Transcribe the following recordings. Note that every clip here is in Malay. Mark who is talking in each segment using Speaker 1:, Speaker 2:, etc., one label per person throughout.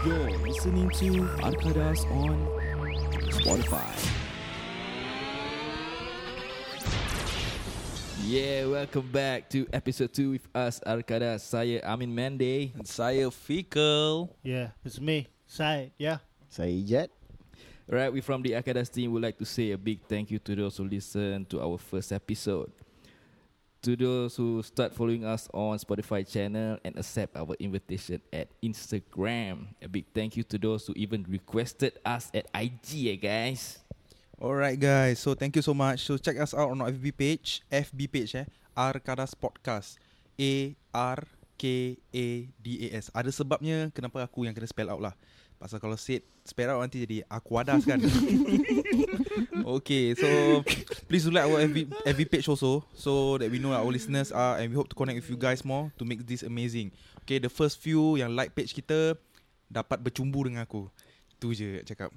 Speaker 1: You're listening to Arkadas on Spotify. Yeah, welcome back to episode 2 with us Arkadas. Saya Amin Mende.
Speaker 2: Dan saya Fikal
Speaker 3: Yeah, it's me. Side, yeah.
Speaker 4: Saya Ijat
Speaker 1: Right, we from the Arkadas team would like to say a big thank you to those who listen to our first episode. To those who start following us on Spotify channel and accept our invitation at Instagram. A big thank you to those who even requested us at IG, eh, guys.
Speaker 2: Alright guys So thank you so much So check us out on our FB page FB page eh Arkadas Podcast A-R-K-A-D-A-S Ada sebabnya Kenapa aku yang kena spell out lah Pasal kalau said Spell out nanti jadi Aquadas kan Okay so Please do like our FB, FB page also So that we know our listeners are And we hope to connect with you guys more To make this amazing Okay the first few Yang like page kita Dapat bercumbu dengan aku Tu je nak cakap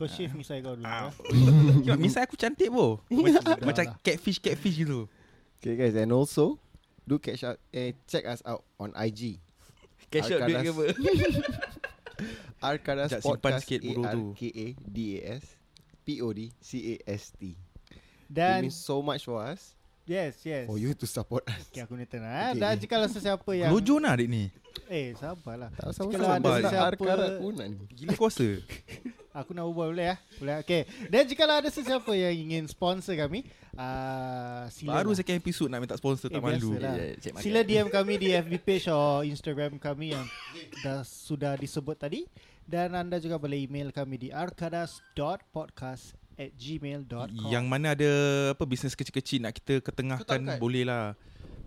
Speaker 3: Kau shift ni saya kau dulu. Ah.
Speaker 2: Tengok misal aku cantik po Macam, macam catfish catfish gitu
Speaker 4: Okay guys And also Do catch out eh, Check us out On IG
Speaker 1: Cash out duit ke apa?
Speaker 4: Arkadas
Speaker 2: Sekejap, simpan
Speaker 4: Podcast
Speaker 2: sikit bodoh tu.
Speaker 4: A-R-K-A-D-A-S P-O-D-C-A-S-T It
Speaker 3: Dan
Speaker 4: means so much for us
Speaker 3: yes, yes.
Speaker 4: For you to support us
Speaker 3: Okay, aku Nathan lah.
Speaker 4: Okay.
Speaker 3: Okay. Dan jika lah sesiapa yang
Speaker 2: Lojo lah adik ni
Speaker 3: Eh, sabarlah.
Speaker 4: Tak
Speaker 3: Kalau
Speaker 4: sama-sama
Speaker 2: ada
Speaker 4: Kalau ada
Speaker 3: siapa-
Speaker 4: Arkadas pun kan
Speaker 2: Gila kuasa
Speaker 3: Aku nak ubah boleh ya? Boleh. Okay. Dan jika lah ada sesiapa yang ingin sponsor kami, uh, sila
Speaker 2: Baru
Speaker 3: lah.
Speaker 2: second episode nak minta sponsor
Speaker 3: Eh,
Speaker 2: tak malu
Speaker 3: biasalah.
Speaker 1: Ya, cek makan.
Speaker 3: Sila DM kami di FB page atau Instagram kami yang dah sudah disebut tadi dan anda juga boleh email kami di arkadas.podcast at gmail.com
Speaker 2: Yang mana ada apa bisnes kecil-kecil nak kita ketengahkan
Speaker 4: Ketangkan.
Speaker 2: boleh lah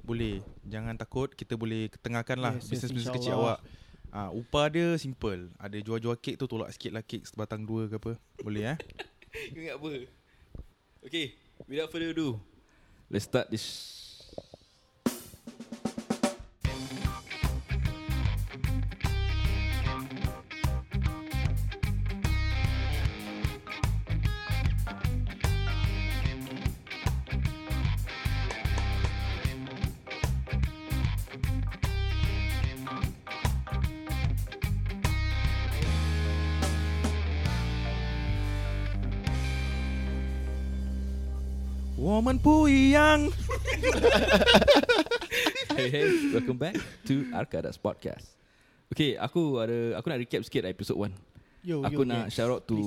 Speaker 2: Boleh Jangan takut kita boleh ketengahkan lah
Speaker 3: Yes, yes,
Speaker 2: bisnes-bisnes kecil
Speaker 3: insyaAllah.
Speaker 2: awak Ah, upah dia simple Ada jual-jual kek tu Tolak sikit lah kek Sebatang dua ke apa Boleh eh
Speaker 1: Kau ingat apa? Okay, without further ado, let's start this.
Speaker 2: Woman puyang
Speaker 1: Hey, hey, welcome back to Arkadas Podcast. Okay, aku ada aku nak recap sikit lah episode 1.
Speaker 3: Yo,
Speaker 1: aku
Speaker 3: yo,
Speaker 1: nak
Speaker 3: yes.
Speaker 1: shout out to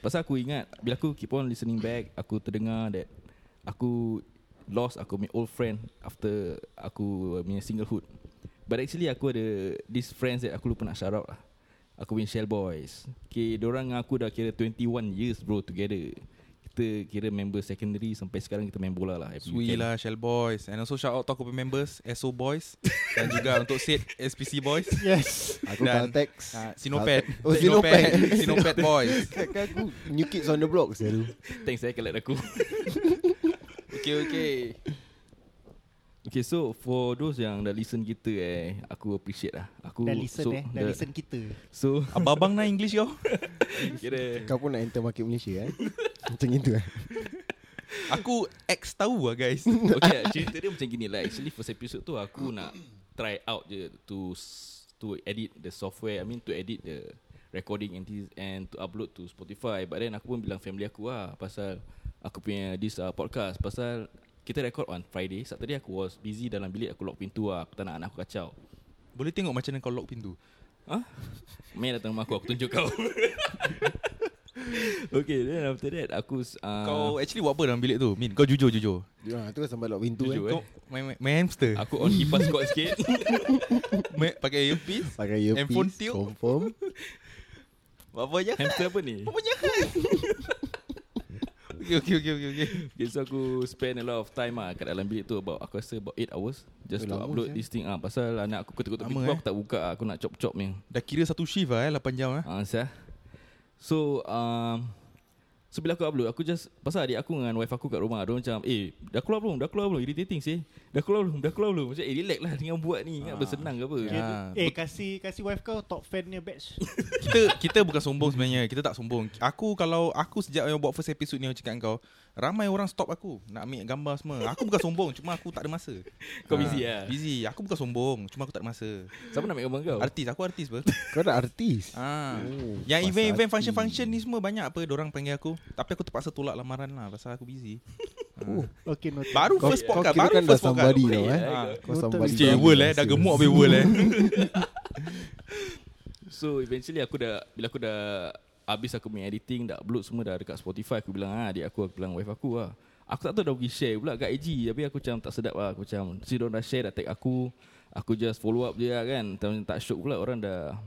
Speaker 1: pasal aku ingat bila aku keep on listening back, aku terdengar that aku lost aku punya old friend after aku punya singlehood. But actually aku ada these friends that aku lupa nak shout out lah. Aku punya Shell Boys. Okay, dorang dengan aku dah kira 21 years bro together. Kita kira member secondary sampai sekarang kita main bola lah. every
Speaker 2: Sui
Speaker 1: weekend.
Speaker 2: lah Shell Boys And also shout out to aku punya members SO Boys Dan juga untuk Sid SPC Boys
Speaker 3: Yes.
Speaker 4: Aku
Speaker 2: Dan,
Speaker 4: Caltex
Speaker 2: ah, Sinopet
Speaker 4: Caltex. Oh Sinopet
Speaker 2: Sinopet Boys
Speaker 4: Kakak aku New Kids on the Block Selalu
Speaker 1: Thanks saya collect aku.
Speaker 2: Okay okay
Speaker 1: Okay so for those yang dah listen kita eh Aku appreciate lah aku,
Speaker 3: Dah listen
Speaker 1: so,
Speaker 3: eh, dah listen kita.
Speaker 1: So
Speaker 2: Abang-abang nak English yo
Speaker 1: kira
Speaker 4: Kau pun nak enter market Malaysia eh Macam itu eh
Speaker 2: Aku ex tahu lah guys
Speaker 1: Okay cerita dia macam gini lah Actually first episode tu aku nak try out je To s- to edit the software I mean to edit the recording and, this, and to upload to Spotify But then aku pun bilang family aku lah Pasal aku punya this uh, podcast Pasal kita record on Friday Saturday aku was busy dalam bilik aku lock pintu lah Aku tak nak anak aku kacau
Speaker 2: Boleh tengok macam mana kau lock pintu
Speaker 1: Huh? Mel datang rumah aku Aku tunjuk kau Okay then after that Aku uh,
Speaker 2: Kau eh. actually buat apa dalam bilik tu Min kau jujur jujur
Speaker 4: Ya, tu kan sampai lock pintu
Speaker 1: Jujur,
Speaker 4: eh.
Speaker 2: Kau main, main, main hamster
Speaker 1: Aku on kipas kuat sikit
Speaker 2: main, Pakai earpiece
Speaker 4: Pakai earpiece
Speaker 2: Handphone tiup.
Speaker 4: Confirm
Speaker 2: Buat apa je
Speaker 1: Hamster apa ni
Speaker 2: okay, okay okay okay okay
Speaker 1: okay, So aku spend a lot of time lah Kat dalam bilik tu about, Aku rasa about 8 hours Just
Speaker 4: Eh,
Speaker 1: to
Speaker 4: lama
Speaker 1: upload
Speaker 4: sia.
Speaker 1: this thing ah Pasal anak aku ketuk-ketuk
Speaker 2: Lama,
Speaker 1: pintu
Speaker 2: eh.
Speaker 1: Aku tak buka ah, Aku nak chop-chop ni
Speaker 2: Dah kira satu shift lah eh 8 jam eh
Speaker 1: Ah, sah. So, um, so bila aku upload, aku just pasal adik aku dengan wife aku kat rumah, dia macam, "Eh, dah keluar belum? Dah keluar belum? Irritating sih. Dah keluar belum? Dah keluar belum?" Macam, "Eh, relax lah dengan buat ni. Ingat bersenang ke apa?"
Speaker 2: Ya.
Speaker 3: Eh, kasih kasih wife kau top fannya batch.
Speaker 2: kita kita bukan sombong sebenarnya. Kita tak sombong. Aku kalau aku sejak yang buat first episode ni aku cakap dengan kau, Ramai orang stop aku Nak ambil gambar semua Aku bukan sombong Cuma aku tak ada masa
Speaker 1: Kau
Speaker 2: Ah,
Speaker 1: busy lah.
Speaker 2: Busy Aku bukan sombong Cuma aku tak ada masa
Speaker 1: Siapa nak ambil gambar kau?
Speaker 2: Artis Aku artis ber
Speaker 4: Kau dah artis
Speaker 2: ah.
Speaker 4: Oh,
Speaker 2: Yang
Speaker 4: pasal
Speaker 2: event-event
Speaker 4: artis.
Speaker 2: function-function ni semua Banyak apa Orang panggil aku Tapi aku terpaksa tolak lamaran lah Pasal aku busy
Speaker 4: Oh,
Speaker 3: Okay, noted.
Speaker 2: Baru
Speaker 4: Kau,
Speaker 2: first
Speaker 4: kau
Speaker 2: podcast
Speaker 4: kira
Speaker 2: Baru
Speaker 4: kan dah
Speaker 2: first podcast
Speaker 4: somebody tau
Speaker 1: Boleh
Speaker 4: eh
Speaker 1: lah.
Speaker 2: Ah.
Speaker 4: Kau somebody
Speaker 2: Cik world eh Dah gemuk habis world eh
Speaker 1: So eventually aku dah Bila aku dah Habis aku punya editing Dah upload semua dah Dekat Spotify Aku bilang ah, adik aku Aku bilang wife aku lah Aku tak tahu dah pergi share pula kat IG Tapi aku macam tak sedap lah Aku macam Si diorang dah share Dah tag aku Aku just follow up je lah kan Macam tak syok pula Orang dah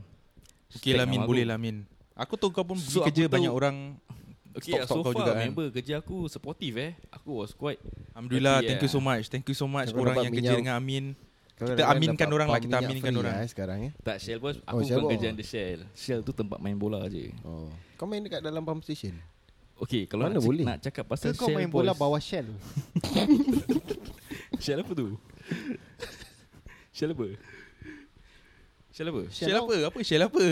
Speaker 2: Okay
Speaker 1: tag
Speaker 2: lah Min
Speaker 1: nama aku.
Speaker 2: Boleh lah Min Aku tahu kau pun pergi
Speaker 1: So, aku
Speaker 2: kerja
Speaker 1: tahu-
Speaker 2: Banyak orang
Speaker 1: Okay
Speaker 2: Stalk-stalk
Speaker 1: so
Speaker 2: kau
Speaker 1: far
Speaker 2: juga kan.
Speaker 1: member kerja aku Supportive eh Aku was quite
Speaker 2: Alhamdulillah
Speaker 1: Happy,
Speaker 2: Thank you so much Thank you so much
Speaker 4: Kau
Speaker 2: Orang
Speaker 4: dapat
Speaker 2: yang kerja
Speaker 4: minyak.
Speaker 2: dengan Amin
Speaker 4: Kau
Speaker 2: Kita
Speaker 4: dah
Speaker 2: aminkan
Speaker 4: dapat
Speaker 2: orang lah,
Speaker 4: pump
Speaker 2: kita
Speaker 4: minyak
Speaker 2: aminkan
Speaker 4: free
Speaker 2: orang.
Speaker 4: lah, eh, sekarang eh
Speaker 1: Tak Shell pun
Speaker 4: Oh,
Speaker 1: Aku
Speaker 4: Shell
Speaker 1: bukan
Speaker 4: pun.
Speaker 1: kerjaan dia Shell Shell tu tempat main bola je
Speaker 4: Oh. Kau main dekat dalam pump station
Speaker 1: Okay kalau
Speaker 4: Mana
Speaker 1: nak,
Speaker 4: boleh?
Speaker 1: boleh? nak cakap
Speaker 3: Pasal
Speaker 1: pasal
Speaker 3: kau
Speaker 1: Shell
Speaker 3: main bola
Speaker 1: boys.
Speaker 3: bawah shell
Speaker 1: Shell apa tu? Shell apa? Shell apa?
Speaker 2: Share apa Apa share apa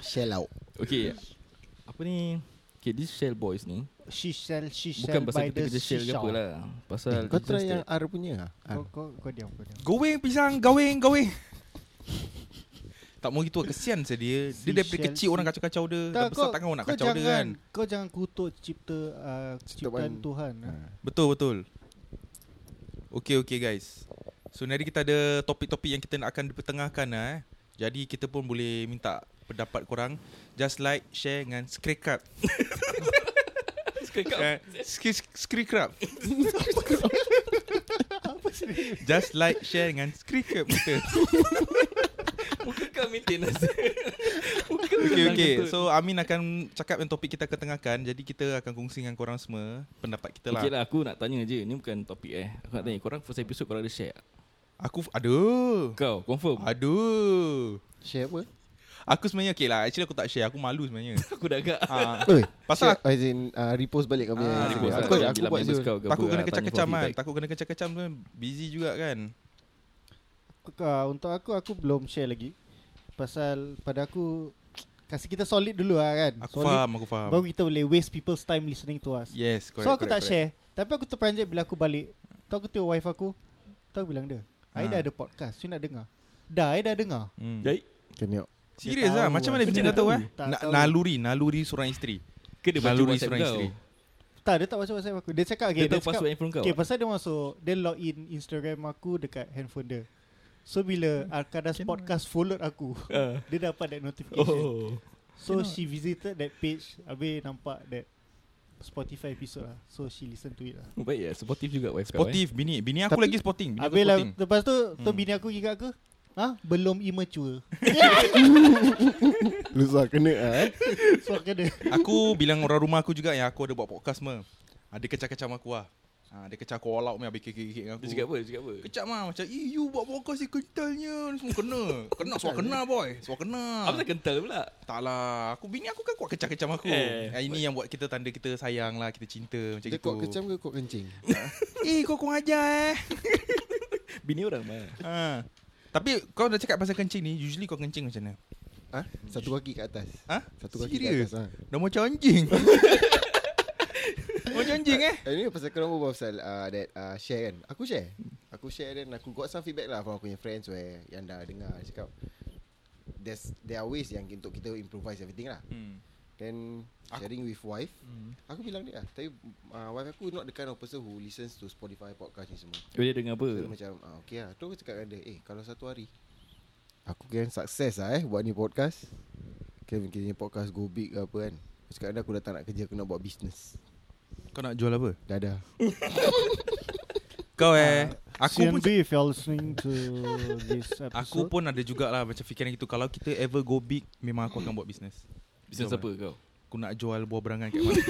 Speaker 4: Shell out
Speaker 1: Okay Apa ni Okay this Shell Boys ni
Speaker 3: She shell She shell
Speaker 1: Bukan pasal
Speaker 3: by
Speaker 1: kita
Speaker 3: the
Speaker 1: kerja Shell ke apa
Speaker 3: seashore.
Speaker 1: lah Pasal
Speaker 4: Kau
Speaker 1: just
Speaker 4: try yang
Speaker 1: that-
Speaker 4: R punya
Speaker 3: Kau,
Speaker 4: ah? R.
Speaker 3: kau, kau diam kau diam
Speaker 2: Going pisang Going Going Tak mau gitu lah, Kesian saya dia Dia daripada
Speaker 3: Seashell,
Speaker 2: kecil orang
Speaker 3: sea-
Speaker 2: kacau-kacau dia Dah besar tangan orang nak kacau dia
Speaker 3: jangan,
Speaker 2: kan
Speaker 3: Kau jangan kutuk cipta uh, Ciptaan
Speaker 4: Ciptaan-
Speaker 3: Tuhan ha.
Speaker 2: Betul betul Okay okay guys So nanti kita ada topik-topik yang kita nak akan dipertengahkan lah eh. Jadi kita pun boleh minta pendapat korang Just like, share dengan Screcut
Speaker 1: Screen
Speaker 2: Eh, skri- Screcut Just like, share dengan Screcut kita
Speaker 1: Muka kau maintain Azir. Muka kau
Speaker 2: Okay
Speaker 1: memang
Speaker 2: okay
Speaker 1: betul.
Speaker 2: So Amin akan cakap yang topik kita ketengahkan Jadi kita akan kongsi dengan korang semua Pendapat kita lah,
Speaker 1: Okay lah aku nak tanya je Ni bukan topik eh Aku nak tanya Korang first episode korang ada share tak?
Speaker 2: Aku Aduh
Speaker 1: Kau confirm
Speaker 2: Aduh
Speaker 4: Share apa?
Speaker 2: Aku sebenarnya okay lah Actually aku tak share Aku malu sebenarnya
Speaker 1: Aku dah agak
Speaker 2: ha,
Speaker 4: Oi,
Speaker 2: Pasal
Speaker 4: share, as in, ah, repost balik kau punya
Speaker 2: Ah,
Speaker 4: Instagram.
Speaker 2: repost lah.
Speaker 4: Aku,
Speaker 2: Bila
Speaker 4: aku buat Zul
Speaker 1: kau ke
Speaker 2: Takut
Speaker 1: apa,
Speaker 2: kena
Speaker 1: ah, tanya
Speaker 2: kecam-kecam
Speaker 1: for
Speaker 2: kan
Speaker 1: feedback.
Speaker 2: Takut kena kecam-kecam tu Busy juga kan
Speaker 3: Hmm, uh, Untuk aku Aku belum share lagi Pasal pada aku Kasih kita solid dulu lah kan
Speaker 2: Aku
Speaker 3: solid,
Speaker 2: faham Aku faham
Speaker 3: Baru kita boleh waste people's time Listening to us
Speaker 2: Yes correct,
Speaker 3: So aku tak
Speaker 2: correct, correct.
Speaker 3: share Tapi aku terperanjat bila aku balik Tu aku tengok wife aku Tu aku bilang dia I
Speaker 2: Ah.
Speaker 3: dah ada podcast You nak dengar Dah I dah dengar
Speaker 2: hmm.
Speaker 1: Baik
Speaker 4: Kena
Speaker 3: Dia
Speaker 2: Serius lah
Speaker 3: tahu
Speaker 2: Macam
Speaker 3: lah.
Speaker 2: mana Bini dah tahu lah
Speaker 3: Tak
Speaker 2: Na-
Speaker 3: tahu.
Speaker 2: Naluri Naluri seorang isteri
Speaker 1: Ke dia baca
Speaker 2: Naluri
Speaker 1: WhatsApp
Speaker 2: seorang
Speaker 1: kau
Speaker 2: isteri
Speaker 3: Tak dia tak masuk WhatsApp aku Dia cakap
Speaker 1: Dia
Speaker 3: okay,
Speaker 1: tahu
Speaker 3: cakap,
Speaker 1: password handphone kau eh?
Speaker 3: Okay pasal dia masuk Dia log in Instagram aku Dekat handphone dia So bila Arkadas Podcast followed aku
Speaker 2: Ha.
Speaker 1: Ah.
Speaker 3: Dia dapat that notification
Speaker 1: Oh
Speaker 3: So she visited that page Habis nampak that Spotify episode lah So she listen to it lah
Speaker 1: Baik ya Supportive juga wife kau eh.
Speaker 2: Sportif bini Bini aku
Speaker 4: Tapi-
Speaker 2: lagi sporting Bini aku
Speaker 3: Habis lah
Speaker 2: sporting
Speaker 3: Lepas tu Tu
Speaker 2: Hmm.
Speaker 3: bini aku ingat aku Ha? Belum immature
Speaker 4: Lusa kena ah, eh.
Speaker 3: So kena
Speaker 2: Aku bilang orang rumah aku juga Yang aku ada buat podcast semua Ada kecam-kecam aku lah ha, Dia kecam aku all out punya, Habis kikik-kikik dengan
Speaker 1: Dia
Speaker 2: aku
Speaker 1: cakap apa Dia cakap apa
Speaker 2: Kecam lah macam Eh you buat podcast ni kentalnya Ni Semua kena Kena suara kena boy Suara kena
Speaker 1: Apa tak kental pula
Speaker 2: Tak lah Aku bini aku kan kuat kecam-kecam aku eh,
Speaker 1: Eh.
Speaker 2: Ini yang buat kita tanda kita sayang lah Kita cinta macam
Speaker 4: Dia
Speaker 2: gitu
Speaker 4: kau kecam ke kau kencing?
Speaker 2: Eh kau kurang ajar eh
Speaker 1: Bini orang mah
Speaker 2: ha. Tapi kau dah cakap pasal kencing ni Usually kau kencing macam mana?
Speaker 4: Ha? Satu kaki kat atas.
Speaker 2: Ha?
Speaker 4: Satu kaki
Speaker 2: Serious?
Speaker 4: kat atas. Ha?
Speaker 2: Dah macam anjing Macam anjing eh
Speaker 4: Eh, Ini pasal korang berbual pasal uh, that uh, share kan. Aku share. Aku share dan aku got some feedback lah from aku punya friends where yang dah dengar dia cakap there's there are ways yang untuk kita improvise everything lah.
Speaker 2: hmm.
Speaker 4: Then
Speaker 2: Aku- Hmm.
Speaker 4: sharing with wife. Aku bilang dia lah, tapi uh, wife aku not the kind of person who listens to Spotify podcast ni semua.
Speaker 1: Dia dengar apa
Speaker 4: So dia macam ah, okay lah. Tu aku cakap dengan dia, eh kalau satu hari aku kira sukses lah eh buat ni podcast. Kira kira podcast go big ke apa kan. Aku cakap dengan dia aku dah tak nak kerja aku nak buat business.
Speaker 2: Kau nak jual apa?
Speaker 4: Dah dah.
Speaker 2: Kau eh Aku pun
Speaker 3: CNB if you're listening to this episode
Speaker 2: Aku pun ada jugalah macam fikiran gitu Kalau kita ever go big Memang aku akan buat business
Speaker 1: Bisnes
Speaker 2: Betul,
Speaker 1: apa kau
Speaker 2: Aku nak jual buah berangan kat MRT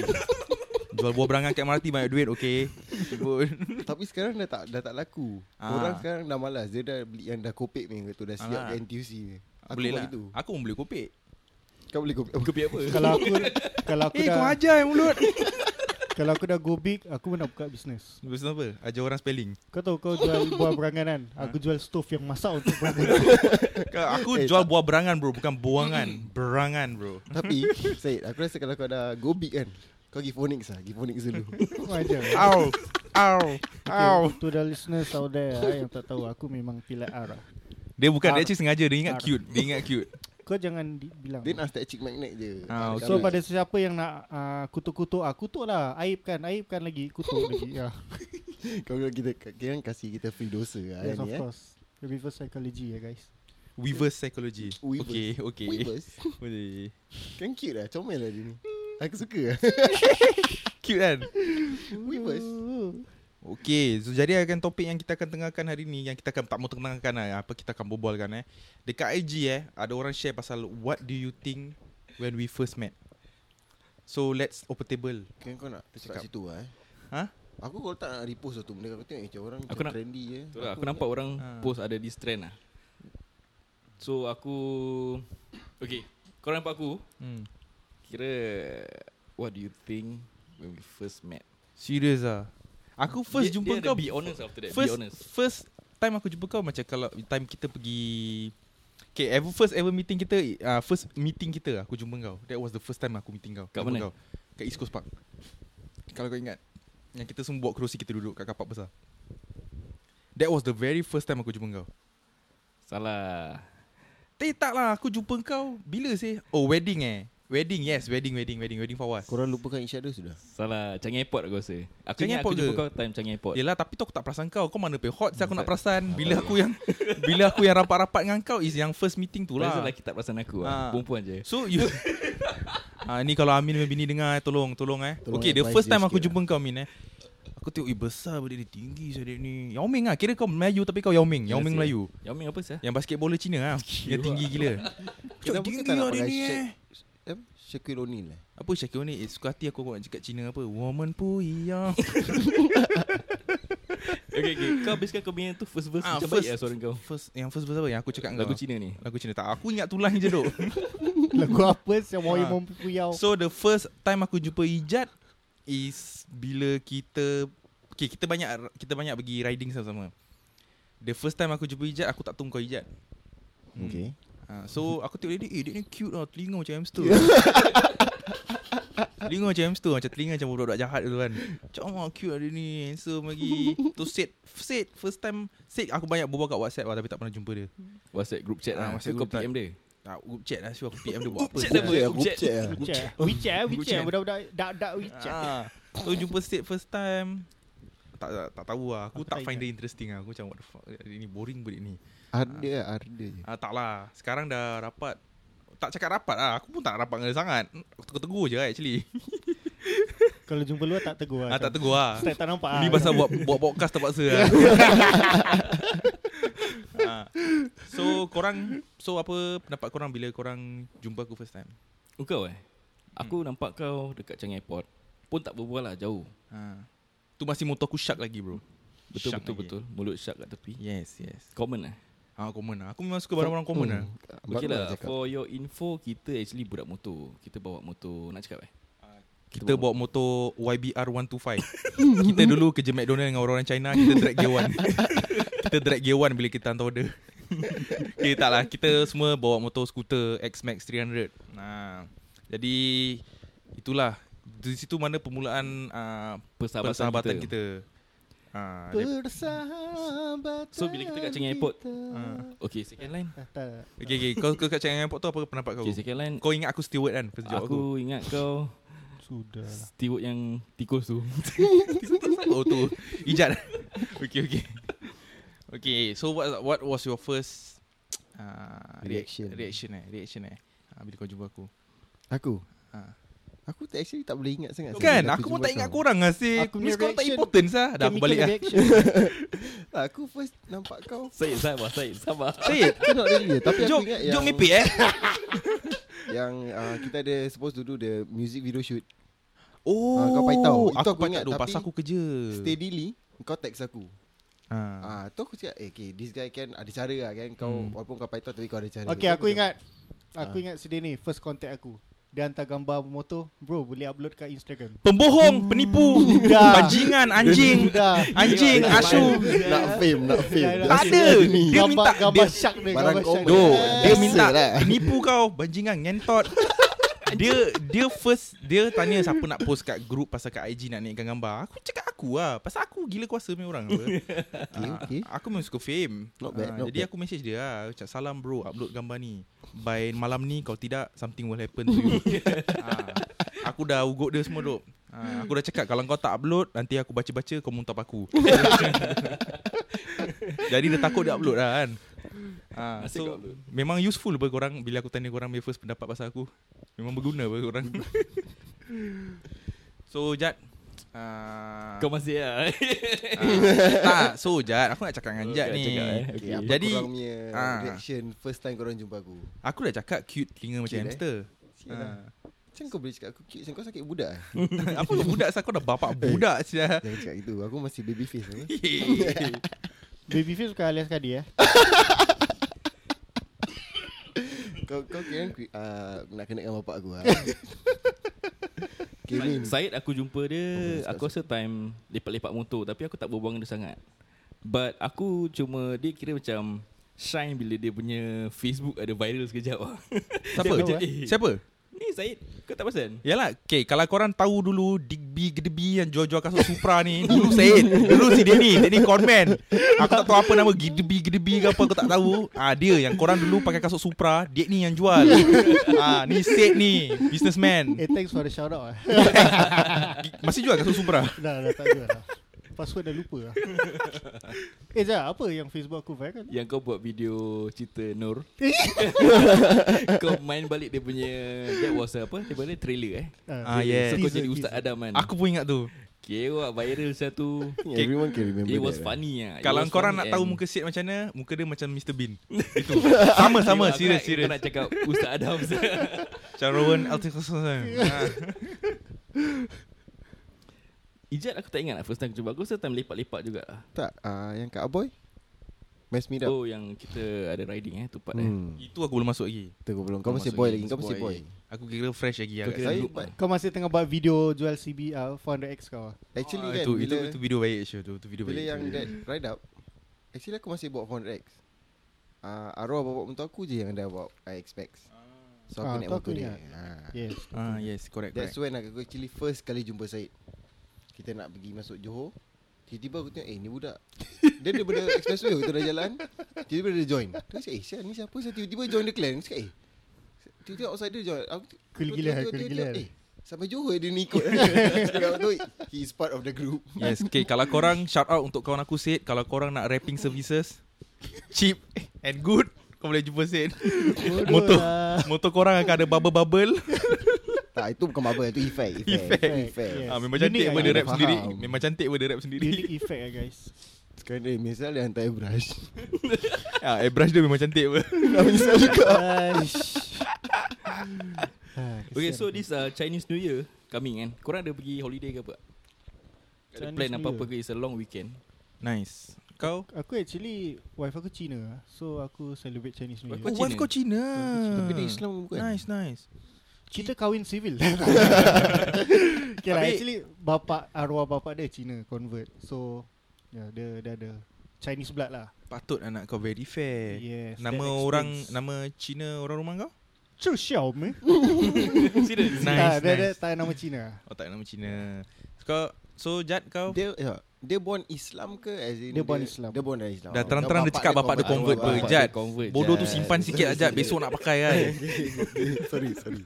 Speaker 2: Jual buah berangan kat MRT banyak duit okay Ribut.
Speaker 4: Tapi sekarang dah tak dah tak laku.
Speaker 2: Ah.
Speaker 4: Ah. Orang sekarang dah malas. Dia dah beli yang dah kopek ni tu dah siap
Speaker 2: Alah.
Speaker 4: ke NTUC ni. Aku
Speaker 2: Boleh
Speaker 4: buat
Speaker 2: lah
Speaker 4: gitu.
Speaker 2: Aku pun boleh kopek
Speaker 4: Kau boleh kopek.
Speaker 1: Kau pihak apa
Speaker 3: Kalau aku Kalau aku
Speaker 2: Eh kau
Speaker 3: dah
Speaker 2: ajar yang mulut
Speaker 3: Kalau aku dah go big Aku pun nak buka bisnes
Speaker 2: Lepas tu apa? Ajar orang spelling
Speaker 3: Kau tahu kau jual buah berangan kan
Speaker 2: Ha.
Speaker 3: Aku jual stove yang masak untuk berangan
Speaker 2: Kau- Aku
Speaker 4: Eh,
Speaker 2: jual buah berangan bro Bukan buangan Berangan bro
Speaker 4: Tapi Syed aku rasa kalau kau dah go big kan Kau give Onyx lah Give Onyx dulu
Speaker 3: Wajar
Speaker 2: Ow. Ow. Ow.
Speaker 3: okay, To the listeners out there ah, Yang tak tahu Aku memang pilih arah
Speaker 2: Dia bukan dia actually sengaja dia
Speaker 3: Ar.
Speaker 2: ingat cute. Dia ingat cute.
Speaker 3: Kau jangan di- bilang
Speaker 4: Dia nak static magnet je
Speaker 2: Ah,
Speaker 4: Dekat
Speaker 3: So
Speaker 4: mana.
Speaker 3: pada sesiapa yang nak uh, Kutuk-kutuk ah, Kutuk lah Aibkan Aibkan lagi Kutuk lagi Ya
Speaker 4: Kau kira kita Kira kasih kita free dosa lah
Speaker 3: Yes
Speaker 4: ni,
Speaker 3: of
Speaker 4: eh.
Speaker 3: course Reverse psychology ya guys
Speaker 2: Weaver's psychology.
Speaker 4: Weavers.
Speaker 2: Okay, okay.
Speaker 4: Weavers
Speaker 2: Boleh.
Speaker 4: Kan cute lah Comel lah dia ni Aku suka lah
Speaker 2: Cute kan?
Speaker 4: Weavers
Speaker 2: Okay, so jadi akan topik yang kita akan tengahkan hari ni yang kita akan tak mau tengahkan lah, apa kita akan berbualkan eh. Dekat IG eh, ada orang share pasal what do you think when we first met. So let's open table.
Speaker 4: Kan kau nak
Speaker 2: Cakap.
Speaker 4: Cakap situ lah eh
Speaker 2: Ha?
Speaker 4: Aku kalau tak nak repost tu benda aku tengok eh, macam orang
Speaker 1: Aku
Speaker 4: macam
Speaker 1: nak-
Speaker 4: trendy je.
Speaker 1: Betul lah, aku nampak orang
Speaker 2: Ah.
Speaker 1: ha. post ada this trend lah. So aku Okay, korang nampak aku
Speaker 2: Hmm.
Speaker 1: Kira What do you think when we first met?
Speaker 2: Serius ah. Aku first
Speaker 1: dia,
Speaker 2: jumpa
Speaker 1: dia ada
Speaker 2: kau
Speaker 1: Be honest after that,
Speaker 2: first
Speaker 1: be honest.
Speaker 2: first time aku jumpa kau macam kalau time kita pergi Okay, ever first ever meeting kita uh, First meeting kita aku jumpa kau That was the first time aku meeting kau
Speaker 1: Kat
Speaker 2: Jumpa
Speaker 1: mana?
Speaker 2: Kau. Kat East Coast Park Kalau kau ingat Yang kita semua buat kerusi kita duduk kat kapak besar That was the very first time aku jumpa kau
Speaker 1: Salah.
Speaker 2: Tapi tak lah aku jumpa kau Bila sih? Oh wedding eh Wedding yes wedding wedding wedding wedding Fawaz
Speaker 4: Korang lupakan each other sudah.
Speaker 1: Salah, Changi Airport aku rasa. Aku
Speaker 2: Changi
Speaker 1: ingat aku
Speaker 2: Airport
Speaker 1: jumpa
Speaker 2: ke?
Speaker 1: kau time Changi Airport.
Speaker 2: Yelah tapi tu aku tak perasan kau Kau mana pay hot Saya aku nak perasan Bila aku yang Bila aku yang rapat-rapat dengan kau Is yang first meeting tu
Speaker 1: Rasa
Speaker 2: lah
Speaker 1: lelaki tak perasan aku lah.
Speaker 2: Ah.
Speaker 1: Perempuan je.
Speaker 2: So you Ah ni kalau Amin dan bini dengar eh, tolong tolong eh.
Speaker 4: Tolong
Speaker 2: okay, the
Speaker 4: advise
Speaker 2: first
Speaker 4: dia
Speaker 2: time aku
Speaker 4: sikit lah.
Speaker 2: jumpa kau Amin eh. Aku tengok eh besar badan dia tinggi saya dia ni. Yao Ming ah, kira kau Melayu tapi kau Yao Ming,
Speaker 1: Gila
Speaker 2: Yao Ming
Speaker 1: sih.
Speaker 2: Melayu.
Speaker 1: Yao Ming apa sah?
Speaker 2: Yang basketballer Cina ah. Dia tinggi gila. Cak
Speaker 4: Kenapa
Speaker 2: tinggi
Speaker 4: kau tak nak
Speaker 2: lah dia
Speaker 4: pakai
Speaker 2: ni
Speaker 4: Shaq-
Speaker 2: eh.
Speaker 4: Eh, Shaquille O'Neal lah.
Speaker 2: Apa Syakir ni? Eh, suka hati aku kau nak cakap Cina apa? Woman puya.
Speaker 1: okay, okay. Kau habiskan kau punya tu first verse
Speaker 2: Ah,
Speaker 1: macam
Speaker 2: first-
Speaker 1: baik lah suara kau.
Speaker 2: First yang first verse apa yang aku cakap dengan
Speaker 1: Lagu
Speaker 2: kau?
Speaker 1: Cina ni.
Speaker 2: Lagu Cina tak. Aku ingat tulang je dok.
Speaker 3: Lagu apa Yang mau
Speaker 2: Ah.
Speaker 3: mempuyau
Speaker 2: So the first time aku jumpa Ijat is bila kita okay, kita banyak kita banyak pergi riding sama-sama. The first time aku jumpa Ijat aku tak tahu kau Ijat. Hmm.
Speaker 4: Okay.
Speaker 2: Ha, so aku tengok dia, eh dia ni cute lah, telinga macam hamster. telinga macam hamster, macam telinga macam budak-budak jahat dulu kan. Macam oh, cute lah dia ni, handsome lagi. tu set, set first time, set aku banyak berbual kat WhatsApp lah tapi tak pernah jumpa dia.
Speaker 1: WhatsApp group chat
Speaker 2: Ah,
Speaker 1: lah. Masa
Speaker 2: WhatsApp
Speaker 1: kau
Speaker 2: group chat.
Speaker 1: PM dia.
Speaker 2: Nah, group chat lah, so aku PM dia buat apa.
Speaker 1: Group
Speaker 2: sia.
Speaker 1: chat apa?
Speaker 4: Aku
Speaker 1: Objek.
Speaker 4: chat lah.
Speaker 3: WeChat WeChat WeChat
Speaker 2: WeChat.
Speaker 3: eh, Budak-budak Dak-dak WeChat
Speaker 2: Ah. So jumpa Sid first time tak, tak, tak tahu lah Aku,
Speaker 3: Aku
Speaker 2: tak
Speaker 3: tak ingat.
Speaker 2: find dia interesting lah Aku macam what the fuck Ini boring budak ni
Speaker 4: Arda lah, Arda je.
Speaker 2: ah, Tak lah Sekarang dah rapat Tak cakap rapat lah Aku pun tak rapat dengan dia sangat Aku tegur-tegur je lah actually
Speaker 3: Kalau jumpa luar tak tegur eh.
Speaker 2: ah, Tak tegur lah
Speaker 3: Tak, tak nampak
Speaker 2: Ni
Speaker 3: ah.
Speaker 2: pasal buat, buat podcast terpaksa lah ah. So korang So apa pendapat korang Bila korang jumpa aku first time
Speaker 1: Oh, kau eh? Aku
Speaker 2: Hmm.
Speaker 1: nampak kau dekat Changi Airport. Pun tak berbual lah jauh.
Speaker 2: ah. Tu masih motor aku syak lagi bro
Speaker 1: Betul
Speaker 2: Syak
Speaker 1: betul
Speaker 2: lagi.
Speaker 1: betul. Mulut syak kat tepi.
Speaker 2: Yes yes
Speaker 1: Common lah.
Speaker 2: Ah common lah Aku memang suka barang-barang common lah
Speaker 1: Okay
Speaker 4: Baru nak
Speaker 1: lah,
Speaker 4: cakap.
Speaker 1: for your info, kita actually budak motor. Kita bawa motor. Nak cakap eh?
Speaker 2: Kita bawa motor YBR 125 Kita dulu kerja McDonald dengan orang-orang China Kita drag gear one Kita drag gear one bila kita hantar order Okay tak lah Kita semua bawa motor skuter X-Max 300 nah, Jadi Itulah Di situ mana permulaan uh,
Speaker 1: Persahabatan,
Speaker 2: Persahabatan
Speaker 1: kita.
Speaker 2: kita, kita. Ah, dia-
Speaker 3: Persahabatan
Speaker 1: So, bila kita kat Changi Airport,
Speaker 3: kita.
Speaker 2: ah.
Speaker 1: Okay, second line.
Speaker 3: Ah, tak.
Speaker 2: Okay, okay. Kau, kau kat Changi Airport tu apa pendapat kau?
Speaker 1: Okay, second line.
Speaker 2: Oh. Kau ingat aku steward kan? First job aku.
Speaker 1: Aku ingat kau
Speaker 3: Sudah lah
Speaker 1: steward yang tikus tu.
Speaker 2: Oh tu Ijat Okay okay Okay so what what was your first uh,
Speaker 4: Reaction.
Speaker 2: Reaction eh Reaction eh uh, Bila kau jumpa aku
Speaker 4: Aku.
Speaker 2: Ah.
Speaker 4: Aku tak actually tak boleh ingat sangat.
Speaker 2: Kan
Speaker 4: Ya, sebelum
Speaker 2: aku pun
Speaker 4: jumpa
Speaker 2: tak ingat
Speaker 4: kau.
Speaker 2: korang lah si
Speaker 3: Aku punya
Speaker 2: Miss korang tak
Speaker 3: reaction-
Speaker 2: importance lah Dah aku
Speaker 3: Chemical
Speaker 2: balik lah
Speaker 3: reaction.
Speaker 4: Aku first nampak kau.
Speaker 1: Said, sabar, Said, sabar.
Speaker 2: Said
Speaker 4: Aku not really. Tapi aku
Speaker 2: Jom
Speaker 4: ingat
Speaker 2: Jom
Speaker 4: yang Ah,
Speaker 2: mipik eh
Speaker 4: yang ah, kita ada supposed to do the music video shoot.
Speaker 2: Oh
Speaker 4: kau paitau. Itu
Speaker 2: Aku
Speaker 4: aku
Speaker 2: paitau
Speaker 4: ingat,
Speaker 2: tu
Speaker 4: tapi
Speaker 2: Pasal aku kerja
Speaker 4: Steadily kau text aku.
Speaker 2: Ah.
Speaker 4: Ah, tu aku cakap, eh, okay, this guy kan ada cara lah kan. Kau
Speaker 2: Hmm.
Speaker 4: walaupun kau python tapi kau ada cara.
Speaker 3: Okay
Speaker 4: Tu
Speaker 3: aku ingat Aku
Speaker 4: Ah.
Speaker 3: ingat sedia ni First contact aku Dia hantar gambar motor Bro boleh upload kat Instagram
Speaker 2: Pembohong Penipu
Speaker 4: Ya.
Speaker 3: Dah.
Speaker 2: Bajingan Anjing
Speaker 3: Dah
Speaker 2: Anjing
Speaker 4: Nak
Speaker 2: Asu
Speaker 4: fame, Nak fame, nak fame.
Speaker 3: Dah, dah.
Speaker 4: Nak
Speaker 2: Tak ada
Speaker 4: fame.
Speaker 2: Dia
Speaker 3: Gambar-
Speaker 2: minta
Speaker 3: Gambar
Speaker 2: dia-
Speaker 3: syak dia
Speaker 4: Barang
Speaker 3: gambar syak
Speaker 4: common.
Speaker 2: Do,
Speaker 4: Eh,
Speaker 2: dia
Speaker 4: biasa
Speaker 2: minta
Speaker 4: lah.
Speaker 2: nipu kau, bajingan ngentot. Dia dia first Dia tanya siapa nak post kat group Pasal kat IG nak naikkan gambar Aku cakap aku lah Pasal aku gila kuasa main orang apa
Speaker 4: Okay,
Speaker 2: Ah,
Speaker 4: okay.
Speaker 2: Aku memang suka fame
Speaker 4: Not bad,
Speaker 2: Ah,
Speaker 4: not
Speaker 2: Jadi
Speaker 4: bad.
Speaker 2: aku message dia lah Aku Cakap salam bro Upload gambar ni By malam ni Kalau tidak Something will happen to you Ah, Aku dah ugut dia semua dok Ah, Aku dah cakap Kalau kau tak upload Nanti aku baca-baca Kau muntap aku Jadi dia takut dia upload lah kan Ah,
Speaker 1: Nasib kau
Speaker 2: so
Speaker 1: upload.
Speaker 2: memang useful apa korang Bila aku tanya korang Punya first pendapat pasal aku Memang berguna apa korang So Jad ah,
Speaker 1: Kau masih lah
Speaker 2: Ah, tak, so Jad, aku nak cakap dengan
Speaker 1: Oh, nak
Speaker 2: Jad ni.
Speaker 1: cakap, eh.
Speaker 4: Okay,
Speaker 1: Okay.
Speaker 4: apa
Speaker 2: Jadi-
Speaker 4: korang punya
Speaker 2: Ah.
Speaker 4: reaction first time korang jumpa aku?
Speaker 2: Aku dah cakap cute telinga macam
Speaker 4: Cute, eh?
Speaker 2: hamster.
Speaker 4: Sial lah. Macam kau boleh cakap aku cute Macam kau sakit budak eh?
Speaker 2: Ah. Apa lu budak Kau dah bapak budak sia.
Speaker 4: Jangan cakap gitu Aku masih baby face eh?
Speaker 3: Babyface bukan alias Kadi eh
Speaker 4: Kau kau kira uh, nak kena dengan bapak aku lah Okay Min
Speaker 1: Syed aku jumpa dia
Speaker 4: Oh,
Speaker 1: Aku rasa time Lepak-lepak motor Tapi aku tak berbual dengan dia sangat But aku cuma Dia kira macam Shine bila dia punya Facebook ada viral sekejap
Speaker 2: Siapa?
Speaker 1: Dia macam, eh,
Speaker 2: Siapa?
Speaker 1: Ni Syed Kau tak perasan?
Speaker 2: Yalah, okay, kalau korang tahu dulu Digby Gedeby yang jual-jual kasut Supra ni Dulu Syed, dulu si Denny, Denny Corman Aku tak tahu apa nama Gedeby Gedeby ke apa, aku tak tahu ah, Dia yang korang dulu pakai kasut Supra, dia ni yang jual ah, Ni Syed ni, businessman
Speaker 3: Eh thanks for the shout out eh
Speaker 2: Masih jual kasut Supra?
Speaker 3: Dah dah tak ada lah Password dah lupa lah Eh Zah apa yang Facebook aku viral
Speaker 1: Yang kau buat video cerita Nur Kau main balik dia punya That was apa? Dia panggil trailer eh
Speaker 2: Ah, yes.
Speaker 1: So kau jadi Ustaz Adam kan
Speaker 2: Aku pun ingat tu
Speaker 1: Kira viral satu
Speaker 4: Everyone can remember
Speaker 1: It was
Speaker 4: that, eh.
Speaker 1: funny lah It
Speaker 2: Kalau
Speaker 1: was
Speaker 2: korang
Speaker 1: funny
Speaker 2: nak tahu
Speaker 1: and-
Speaker 2: muka Sid macam mana Muka dia macam Mr Bean Itu Sama sama
Speaker 1: Kira aku
Speaker 2: serius
Speaker 1: nak-
Speaker 2: serius
Speaker 1: Kau nak cakap Ustaz Adam
Speaker 2: Macam Rowan Ah, Altikhassan
Speaker 1: Ijat aku tak ingat lah First time aku cuba Aku rasa time lepak-lepak juga lah
Speaker 4: eh? Tak uh, Yang kat Aboy Mess me up
Speaker 1: Oh yang kita ada riding eh Tu part eh
Speaker 4: hmm.
Speaker 2: Itu aku belum masuk lagi
Speaker 4: Tunggu belum Kau
Speaker 1: Kau masuk
Speaker 4: masih boy
Speaker 1: lagi,
Speaker 4: lagi Kau
Speaker 1: masih
Speaker 4: masih boy
Speaker 1: boy.
Speaker 2: Aku kira fresh lagi
Speaker 1: Kau
Speaker 2: agak.
Speaker 1: kira
Speaker 4: Saya-
Speaker 1: group kan
Speaker 3: Kau masih tengah buat video jual CB uh, 400X kau ah.
Speaker 4: Actually
Speaker 2: Ah,
Speaker 4: kan
Speaker 2: itu,
Speaker 4: Bila,
Speaker 2: itu, itu video baik sure tu, tu video
Speaker 4: bila
Speaker 2: baik
Speaker 4: yang that ride up Actually aku masih bawa 400X uh, Arwah bawa motor aku je Yang dah bawa IXPX So
Speaker 3: Ah,
Speaker 4: aku
Speaker 3: tu
Speaker 4: naik
Speaker 3: aku
Speaker 4: motor dia
Speaker 3: ingat.
Speaker 4: Ah.
Speaker 3: Yes
Speaker 2: Ah yes correct
Speaker 4: That's
Speaker 2: correct
Speaker 4: when aku actually first kali jumpa Syed Kita nak pergi masuk Johor Tiba-tiba aku tengok Eh ni budak Dia daripada expressway Kita dah jalan Tiba-tiba dia join Aku cakap eh siapa ni siapa Saya tiba-tiba join the clan Aku cakap eh Tiba-tiba outside dia join Aku tengok-
Speaker 3: Cool gila, lah,
Speaker 4: tengok-
Speaker 3: cool
Speaker 4: tengok-
Speaker 3: gila.
Speaker 4: tengok, Eh sampai Johor dia ni ikut Cakap tu He is part of the group
Speaker 2: Yes okay Kalau korang shout out Untuk kawan aku Sid Kalau korang nak wrapping services Cheap and good Kau boleh jumpa Sid
Speaker 3: Bodoh
Speaker 2: Motor
Speaker 3: lah.
Speaker 2: Motor korang akan ada bubble-bubble
Speaker 4: Tak itu bukan apa Itu effect Effect,
Speaker 2: Effect,
Speaker 4: effect.
Speaker 3: yes.
Speaker 2: ah, Memang
Speaker 3: Unique
Speaker 2: cantik
Speaker 3: lah,
Speaker 2: pun dia
Speaker 4: dia
Speaker 2: rap sendiri
Speaker 4: faham.
Speaker 2: Memang cantik pun dia rap sendiri
Speaker 3: Unique effect lah guys
Speaker 4: Sekarang dia misal dia hantar airbrush
Speaker 2: ah, Airbrush dia memang cantik pun
Speaker 4: Nak menyesal juga
Speaker 3: Ah,
Speaker 1: Okay so this uh, Chinese New Year Coming kan Korang ada pergi holiday ke apa? Ada
Speaker 3: Chinese
Speaker 1: plan
Speaker 3: New
Speaker 1: apa-apa
Speaker 3: Year.
Speaker 1: ke It's a long weekend
Speaker 2: Nice Kau
Speaker 3: Aku actually Wife aku Cina lah. So aku celebrate Chinese New
Speaker 1: Wife
Speaker 3: Year
Speaker 1: kau
Speaker 2: Oh, wife
Speaker 1: Cina.
Speaker 2: kau Cina
Speaker 4: Tapi dia Islam kan? bukan
Speaker 2: Nice nice
Speaker 3: Kita kahwin civil Okay lah
Speaker 2: Tapi-
Speaker 3: actually Bapak Arwah bapak dia Cina convert So yeah, Dia dia ada Chinese blood lah
Speaker 2: Patut anak kau very fair
Speaker 3: Yes
Speaker 2: Nama
Speaker 3: that
Speaker 2: orang
Speaker 3: explains.
Speaker 2: Nama Cina orang rumah kau
Speaker 3: Zhu Xiaomi
Speaker 2: Serius Nice
Speaker 3: Dia ada
Speaker 2: nice
Speaker 3: tak ada nama Cina
Speaker 2: Oh tak nama Cina Kau So Jad kau
Speaker 4: Dia ya, dia born Islam ke as in
Speaker 3: Dia born Islam.
Speaker 4: Dia born dari Islam.
Speaker 2: Dah terang-terang dia cakap bapak dia convert apa
Speaker 1: bapak dia
Speaker 2: Jad
Speaker 1: convert,
Speaker 2: Bodoh tu
Speaker 1: Jad.
Speaker 2: simpan sikit aja Besok nak pakai kan
Speaker 4: sorry, sorry.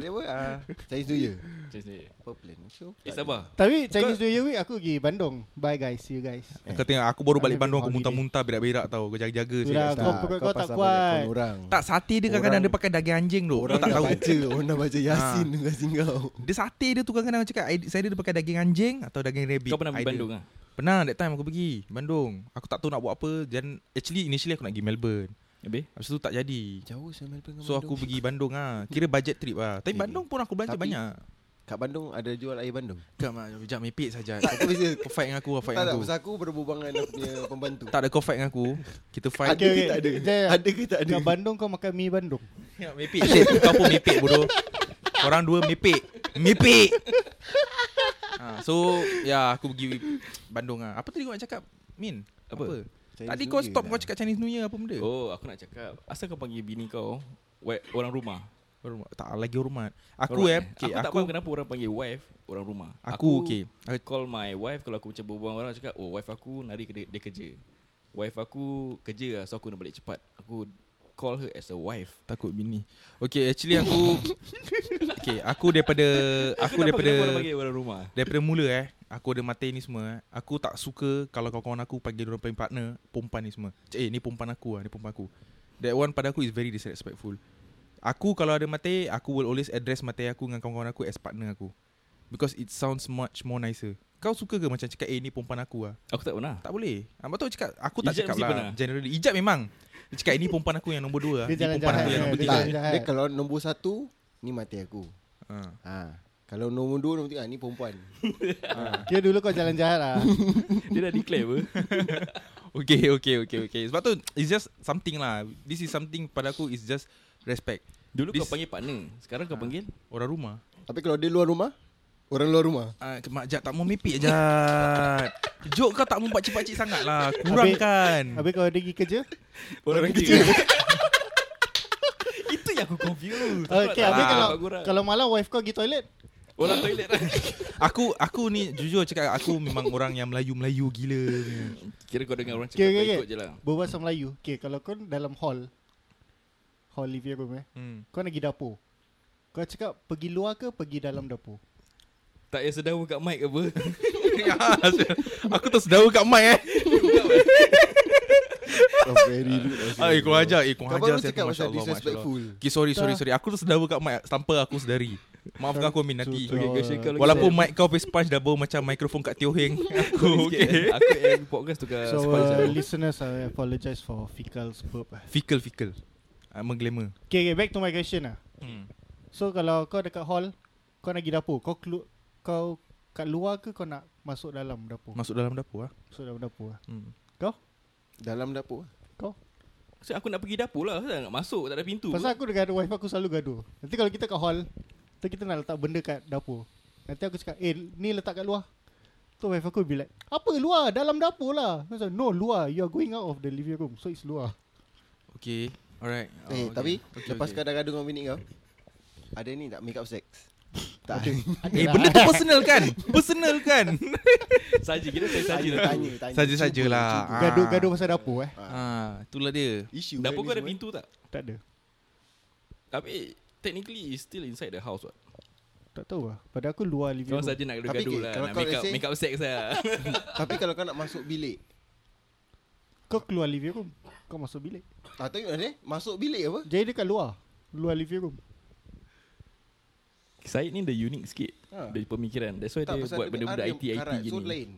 Speaker 4: Dia pun ah Chinese New Year.
Speaker 1: Chinese New Year
Speaker 4: Apa plan? So,
Speaker 1: Eh sabar
Speaker 3: Tapi Chinese New Year week Aku pergi Bandung Bye guys See you guys
Speaker 2: Eh, Kau tengok aku baru balik
Speaker 3: Ambil
Speaker 2: Bandung Aku
Speaker 3: holiday.
Speaker 2: muntah-muntah berak-berak tau Kau jaga-jaga
Speaker 3: Tu
Speaker 2: sikit
Speaker 3: dah,
Speaker 2: kat situ.
Speaker 3: kau- kau- kau tak
Speaker 4: pasal
Speaker 3: kuat.
Speaker 4: balik kawan Orang.
Speaker 2: Tak sate dia kadang-kadang dia
Speaker 4: Orang-
Speaker 2: pakai daging anjing tu Kau
Speaker 4: orang
Speaker 2: tak
Speaker 4: dah
Speaker 2: tahu
Speaker 4: baca, orang dah baca Yasin
Speaker 2: Ah.
Speaker 4: dengan singgau.
Speaker 2: Dia sate dia tu kadang-kadang cakap "I- Saya dia pakai daging anjing Atau daging rabbit
Speaker 1: Kau pernah pergi
Speaker 2: Either.
Speaker 1: Bandung lah
Speaker 2: Pernah that time aku pergi Bandung Aku tak tahu nak buat apa Dan actually initially aku nak pergi Melbourne
Speaker 1: Habis?
Speaker 2: Habis tu tak jadi
Speaker 4: Jauh saya main
Speaker 2: So aku pergi Bandung ah. Kira budget trip ah. Tapi
Speaker 4: Okay.
Speaker 2: Bandung pun aku belanja
Speaker 4: Tapi-
Speaker 2: banyak.
Speaker 4: kat Bandung ada jual air Bandung.
Speaker 2: Kau mah jangan mepek saja.
Speaker 4: Tak apa je.
Speaker 2: Kau fight dengan aku, kau fight
Speaker 4: Tak tak
Speaker 2: dengan aku.
Speaker 4: pasal aku berhubung dengan aku punya pembantu.
Speaker 2: Tak ada kau fight dengan aku. Kita fight.
Speaker 4: Ada ke tak ada?
Speaker 3: Jaya.
Speaker 4: Ada ke tak ada?
Speaker 3: Kat Bandung kau makan mie Bandung
Speaker 2: Ya, mepek. Shit, kau pun mepek bodoh. Korang dua mepek. Mepek. Ha, so ya aku pergi Bandung ah. Apa tadi kau nak cakap? Min. Apa?
Speaker 1: Apa?
Speaker 2: apa?
Speaker 4: Chinese
Speaker 2: Tadi
Speaker 4: New
Speaker 2: kau
Speaker 4: Year
Speaker 2: stop
Speaker 4: lah.
Speaker 2: kau cakap Chinese New Year apa benda?
Speaker 1: Oh aku nak cakap Asal kau panggil bini kau wa- Orang rumah
Speaker 2: Hormat. Tak lagi hormat. Aku
Speaker 1: Alright,
Speaker 2: hormat. eh. Okay,
Speaker 1: aku, tak
Speaker 2: aku,
Speaker 1: faham kenapa orang panggil wife orang rumah.
Speaker 2: aku, okay.
Speaker 1: I call my wife kalau aku macam berbual dengan orang cakap, "Oh, wife aku nari dia, dia kerja." Wife aku kerja lah, so aku nak balik cepat. Aku call her as a wife.
Speaker 2: Takut bini. Okay, actually aku Okay, aku daripada
Speaker 1: Kenapa-
Speaker 2: aku daripada
Speaker 1: kenapa orang panggil orang rumah?
Speaker 2: daripada mula eh, aku ada mati ni semua. Eh. Aku tak suka kalau kawan-kawan aku panggil orang punya partner perempuan ni semua. Cik, eh, ni perempuan aku ah, ni perempuan aku. That one pada aku is very disrespectful. Aku kalau ada mati, aku will always address mati aku dengan kawan-kawan aku as partner aku. Because it sounds much more nicer. Kau suka ke macam cakap eh ni perempan aku ah?
Speaker 1: Aku tak pernah.
Speaker 2: Tak boleh. Abang tu cakap aku tak
Speaker 1: Ijab
Speaker 2: cakap
Speaker 1: mesti
Speaker 2: lah.
Speaker 1: pernah.
Speaker 2: Generally ijab memang. Dia cakap ini perempuan aku yang nombor dua lah.
Speaker 3: Dia
Speaker 2: Ini
Speaker 3: jalan
Speaker 2: perempuan
Speaker 3: jahat,
Speaker 2: aku yang
Speaker 3: eh.
Speaker 2: nombor
Speaker 3: Dia
Speaker 2: tiga.
Speaker 4: Tak,
Speaker 3: jalan jahat.
Speaker 4: dia kalau nombor satu Ni mati aku
Speaker 2: Ha.
Speaker 4: ha. Kalau nombor dua Nombor tiga ah, Ni perempan
Speaker 3: Kira dulu kau jalan jahat lah
Speaker 1: Dia dah declare apa?
Speaker 2: Okay, okay, okay, okay. Sebab tu it's just something lah. This is something pada aku is just respect.
Speaker 1: Dulu kau
Speaker 2: This- Ah.
Speaker 1: panggil partner, sekarang kau panggil
Speaker 2: Orang rumah.
Speaker 4: Tapi kalau dia luar rumah Orang luar rumah
Speaker 2: Ah, uh, Jat tak mau mepek Jat Jok kau tak mau pakcik-pakcik sangat lah Kurangkan
Speaker 3: Habis kalau dia pergi kerja
Speaker 1: orang, kerja. Itu yang aku confuse.
Speaker 3: Okay
Speaker 2: tak
Speaker 3: habis
Speaker 2: lah,
Speaker 3: kalau
Speaker 1: aku kurang.
Speaker 3: Kalau malam wife kau pergi toilet
Speaker 1: Orang toilet lah.
Speaker 2: Aku aku ni jujur cakap Aku memang orang yang Melayu-Melayu gila punya.
Speaker 1: Kira kau dengar orang cakap
Speaker 3: Okay,
Speaker 1: kau
Speaker 3: okay,
Speaker 1: ikut
Speaker 3: okay.
Speaker 1: je lah.
Speaker 3: Berbual sama Melayu Okay kalau kau dalam hall Hall living room eh
Speaker 2: hmm.
Speaker 3: Kau nak pergi dapur Kau cakap pergi luar ke pergi dalam dapur
Speaker 1: Tak payah sedar buka mic apa.
Speaker 2: Ya, Aku tersedawa kat mic eh
Speaker 4: oh, Very rude
Speaker 2: Ah, Eh kau ajar Eh kau
Speaker 4: Kau
Speaker 2: ajar saya
Speaker 4: baru
Speaker 2: tu, Masya
Speaker 4: cakap pasal
Speaker 2: Allah, Masya Allah.
Speaker 4: disrespectful
Speaker 2: Okay sorry sorry
Speaker 3: Tak.
Speaker 2: sorry Aku tu sedara kat mic Tanpa aku sedari Maafkan aku Amin nanti
Speaker 3: Betul.
Speaker 1: Okay, question kau lagi.
Speaker 2: Oh. Walaupun
Speaker 1: Sam.
Speaker 2: mic kau face punch Double macam mikrofon kat Teo Heng Aku
Speaker 1: Sikit, eh.
Speaker 2: okay
Speaker 1: Aku yang podcast tukar lah.
Speaker 3: So
Speaker 1: sponge
Speaker 3: uh,
Speaker 1: tau.
Speaker 3: listeners I apologize for fecal burp
Speaker 2: Fikal fikal Ah, Menggelema
Speaker 3: Okay, okay back to my question lah
Speaker 2: Hmm.
Speaker 3: So kalau kau dekat hall Kau nak pergi dapur Kau kelu- kau kat luar ke kau nak masuk dalam dapur
Speaker 2: Masuk dalam dapur lah
Speaker 3: Masuk dalam dapur lah
Speaker 2: hmm.
Speaker 4: Dalam dapur
Speaker 2: Ah,
Speaker 3: Kau
Speaker 1: So, aku nak pergi dapur lah. Kenapa nak masuk tak ada pintu.
Speaker 3: Pasal aku dengan wife aku selalu gaduh Nanti kalau kita kat hall Tu kita nak letak benda kat dapur Nanti aku cakap Eh ni letak kat luar Tu wife aku be like Apa luar dalam dapur lah Aku macam, No luar You are going out of the living room So it's luar
Speaker 2: Okay Alright
Speaker 4: oh, Eh
Speaker 2: Oh, okay.
Speaker 4: tapi
Speaker 2: Okay,
Speaker 4: Lepas
Speaker 2: okay.
Speaker 4: kau dah gaduh dengan bini kau Ada ni tak make up sex Tak
Speaker 2: Eh
Speaker 4: lah.
Speaker 2: benda tu personal kan Personal kan
Speaker 1: Saja, kira saya saja. lah.
Speaker 4: Tanya
Speaker 1: dapur.
Speaker 4: tanya, tanya.
Speaker 2: Saja-sajalah.
Speaker 4: Cuba, cuba.
Speaker 2: Ah.
Speaker 3: Gaduh-gaduh pasal dapur eh
Speaker 2: Ah, Itulah dia
Speaker 4: Isu kan
Speaker 1: Dapur
Speaker 4: ni
Speaker 1: kau ada
Speaker 4: semua.
Speaker 1: pintu tak?
Speaker 3: Tak ada
Speaker 1: Tapi, technically, it's still inside the house. What?
Speaker 3: Tak tahu lah Pada aku luar living
Speaker 1: Kau
Speaker 3: room
Speaker 1: saja nak
Speaker 4: Tapi,
Speaker 1: gaduh-gaduh
Speaker 4: okay,
Speaker 1: lah.
Speaker 4: kalau
Speaker 1: Nak
Speaker 4: kau
Speaker 1: make up,
Speaker 4: let's say-
Speaker 1: make up sex lah.
Speaker 4: eh. Tapi kalau kau nak masuk bilik
Speaker 3: Kau keluar living room Kau masuk bilik
Speaker 4: Ah tengok ni Masuk bilik apa
Speaker 3: Jadi dekat luar Luar living room
Speaker 1: Syed ni the unique sikit
Speaker 4: Ha.
Speaker 1: Dari pemikiran That's why dia
Speaker 4: pasal
Speaker 1: buat
Speaker 4: dia
Speaker 1: benda-benda
Speaker 4: ada yang
Speaker 1: IT-IT
Speaker 4: karat, So
Speaker 1: gini
Speaker 4: lain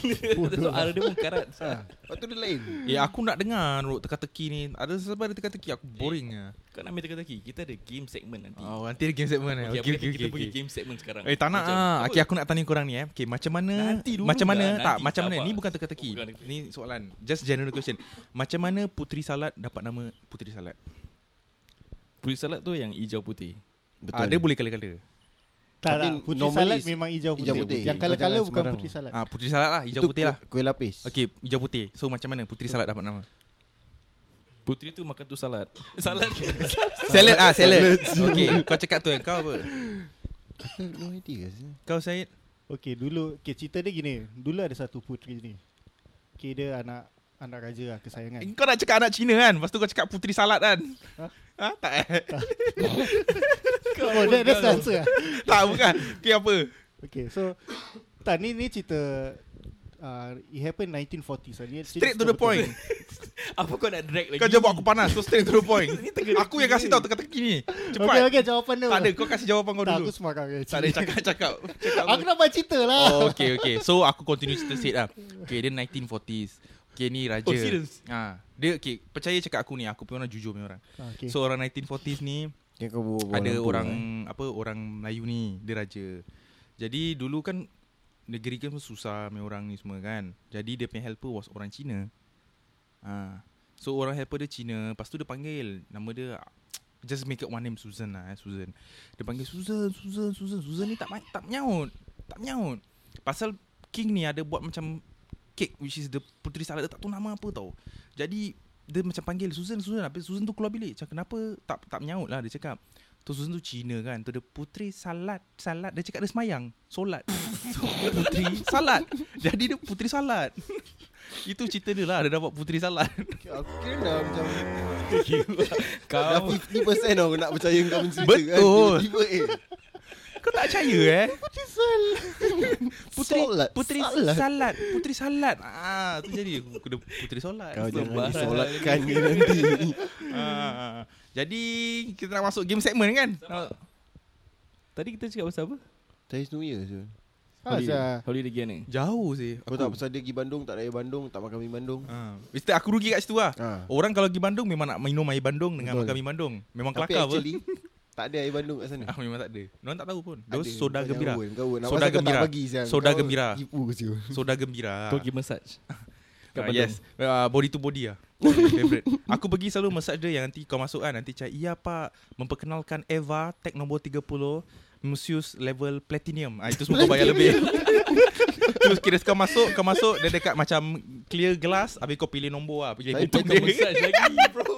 Speaker 1: So ada dia pun karat
Speaker 4: ha. Lepas tu dia lain
Speaker 2: Eh aku nak dengar Rok teka-teki ni Ada sebab ada teka-teki Aku boring lah
Speaker 1: Kau nak main teka-teki Kita ada game segment nanti
Speaker 4: Ah.
Speaker 2: Oh, nanti ada game segment eh.
Speaker 1: Okay,
Speaker 2: Okay,
Speaker 1: okay,
Speaker 2: okay,
Speaker 1: kita
Speaker 2: okay,
Speaker 1: pergi
Speaker 2: okay.
Speaker 1: game segment sekarang
Speaker 2: Eh tak nak
Speaker 1: Macam-
Speaker 2: ah.
Speaker 1: apa?
Speaker 2: Okay aku nak tanya korang ni eh. Okay macam mana
Speaker 1: Nanti dulu
Speaker 2: macam mana
Speaker 1: lah,
Speaker 2: tak
Speaker 1: nanti,
Speaker 2: macam mana
Speaker 1: sabar.
Speaker 2: ni bukan teka-teki.
Speaker 1: Oh, bukan teka-teki.
Speaker 2: ni soalan. Just general question. Macam mana Putri Salat dapat nama Putri Salat?
Speaker 1: Putri salad tu yang hijau putih
Speaker 2: Ah, dia boleh kala-kala.
Speaker 3: Tak
Speaker 4: Tapi
Speaker 3: tak Putri
Speaker 4: normally
Speaker 3: salad
Speaker 4: is
Speaker 3: memang hijau putih,
Speaker 4: hijau putih.
Speaker 3: Yang
Speaker 4: Kau
Speaker 3: kala-kala
Speaker 4: jangan
Speaker 3: bukan
Speaker 4: sembarang.
Speaker 3: putri salad
Speaker 2: Ah Putri Salat lah, hijau
Speaker 4: Itu
Speaker 2: putih lah.
Speaker 4: ku- Kuih lapis
Speaker 2: Okay, hijau putih. So macam mana Putri Salat dapat nama?
Speaker 1: Putri tu makan tu salad Salad
Speaker 2: Salad ah, salad. okay, kau cakap tu eh. Kau apa?
Speaker 4: Kita no idea sih.
Speaker 2: Kau Syed?
Speaker 3: Okay dulu okay, Cerita dia gini Dulu ada satu puteri ni Okay dia anak Anak raja lah kesayangan
Speaker 2: Eh, Kau nak cakap anak Cina kan? Lepas tu kau cakap Putri Salat kan?
Speaker 3: Ha?
Speaker 2: Ha? Tak eh?
Speaker 3: Oh that, that's the answer lah
Speaker 2: tak bukan. Okay apa?
Speaker 3: Okay so Tak ni, ni cerita uh, It happened 1940s lah. Ni cerita
Speaker 2: Straight to the point.
Speaker 3: betul-betul.
Speaker 1: Apa kau nak drag lagi
Speaker 2: Kau jawab aku panas So straight to the point
Speaker 1: Ni teka-teki
Speaker 2: Aku yang kasih tahu teka-teki ni Cepat
Speaker 3: Okay okay jawapan dia
Speaker 2: Tak ada kau kasih jawapan kau
Speaker 3: Tak
Speaker 2: dulu
Speaker 3: aku semarang je.
Speaker 2: Tak ada cakap-cakap Cakap
Speaker 3: Aku nak buat cerita
Speaker 2: apa.
Speaker 3: lah
Speaker 2: Oh okay okay So aku continue cerita Syed lah Okay dia 1940s Okay ni raja
Speaker 1: Oh, serious?
Speaker 2: ha, Dia okay Percaya cakap aku ni Aku punya orang jujur punya orang
Speaker 3: okay.
Speaker 2: Oh. So orang 1940s ni
Speaker 4: Yang kau bawa
Speaker 2: Ada orang eh. Apa orang Melayu ni Dia raja Jadi dulu kan Negeri kan susah punya orang ni semua kan Jadi dia punya helper was orang Cina ha. So orang helper dia Cina Lepas tu dia panggil Nama dia Just make up one name Susan lah eh, Susan Dia panggil Susan Susan Susan Susan ni tak ma- tak menyaut Tak menyaut Pasal King ni ada buat macam Cake which is the Puteri salad Dia tak tahu nama apa tau Jadi Dia macam panggil Susan Susan Habis Susan tu keluar bilik Macam kenapa Tak tak menyaut lah dia cakap Tu Susan tu Cina kan Tu dia puteri salat Salat Dia cakap dia semayang Solat so, Puteri salat Jadi dia puteri salat Itu cerita dia lah Dia dapat puteri salat
Speaker 4: Aku kira dah lah, macam Dah
Speaker 1: Kau
Speaker 4: 50% tau nak percaya kau punya cerita kan
Speaker 2: Betul.
Speaker 4: Tiba-tiba eh
Speaker 2: Kau tak percaya eh Puteri
Speaker 4: Solat,
Speaker 2: Puteri
Speaker 4: salat.
Speaker 2: salat, salat. Puteri salat ah, Tu jadi aku kena puteri solat
Speaker 4: Kau
Speaker 2: So,
Speaker 4: jangan
Speaker 1: barang.
Speaker 4: disolatkan ni nanti
Speaker 2: ah, Jadi Kita nak masuk game segmen kan Nak-
Speaker 1: Tadi kita cakap pasal apa?
Speaker 4: Chinese New Year tu
Speaker 3: Asal.
Speaker 1: Holiday, holiday Giana
Speaker 2: Jauh sih
Speaker 4: Kau tak pasal dia pergi Bandung Tak raya Bandung Tak makan mie Bandung
Speaker 2: Ah, Mister aku rugi kat situ lah.
Speaker 4: Ah.
Speaker 2: Orang kalau pergi Bandung memang nak minum air Bandung dengan
Speaker 4: Betul.
Speaker 2: makan mie Bandung. Memang
Speaker 4: Tapi
Speaker 2: kelakar apa.
Speaker 4: actually Tak ada air Bandung kat sana
Speaker 2: Ah, memang tak ada. Diorang tak tahu pun. Dia
Speaker 4: Ada.
Speaker 2: soda
Speaker 4: Kau
Speaker 2: gembira.
Speaker 4: jangan Kau Nak
Speaker 2: Soda
Speaker 4: pasal kau tak
Speaker 2: gembira.
Speaker 4: bagi, siang.
Speaker 2: Soda
Speaker 4: Kau
Speaker 2: gembira.
Speaker 4: Tipu ke siul.
Speaker 2: Soda gembira.
Speaker 1: Kau pergi massage Kat
Speaker 2: Ah,
Speaker 1: Bandung
Speaker 2: yes. Uh, body to body lah. Favorite. aku pergi selalu massage dia yang nanti kau masuk kan. Nanti cakap, iya pak. Memperkenalkan Eva, tag nombor 30. Museus level platinum ah, Itu semua kau bayar lebih Terus kira kau masuk Kau masuk Dia dekat macam Clear glass Habis kau pilih nombor lah Pilih
Speaker 4: Tapi
Speaker 2: kutuk
Speaker 1: Kau
Speaker 2: dia
Speaker 4: Dia-
Speaker 1: massage lagi bro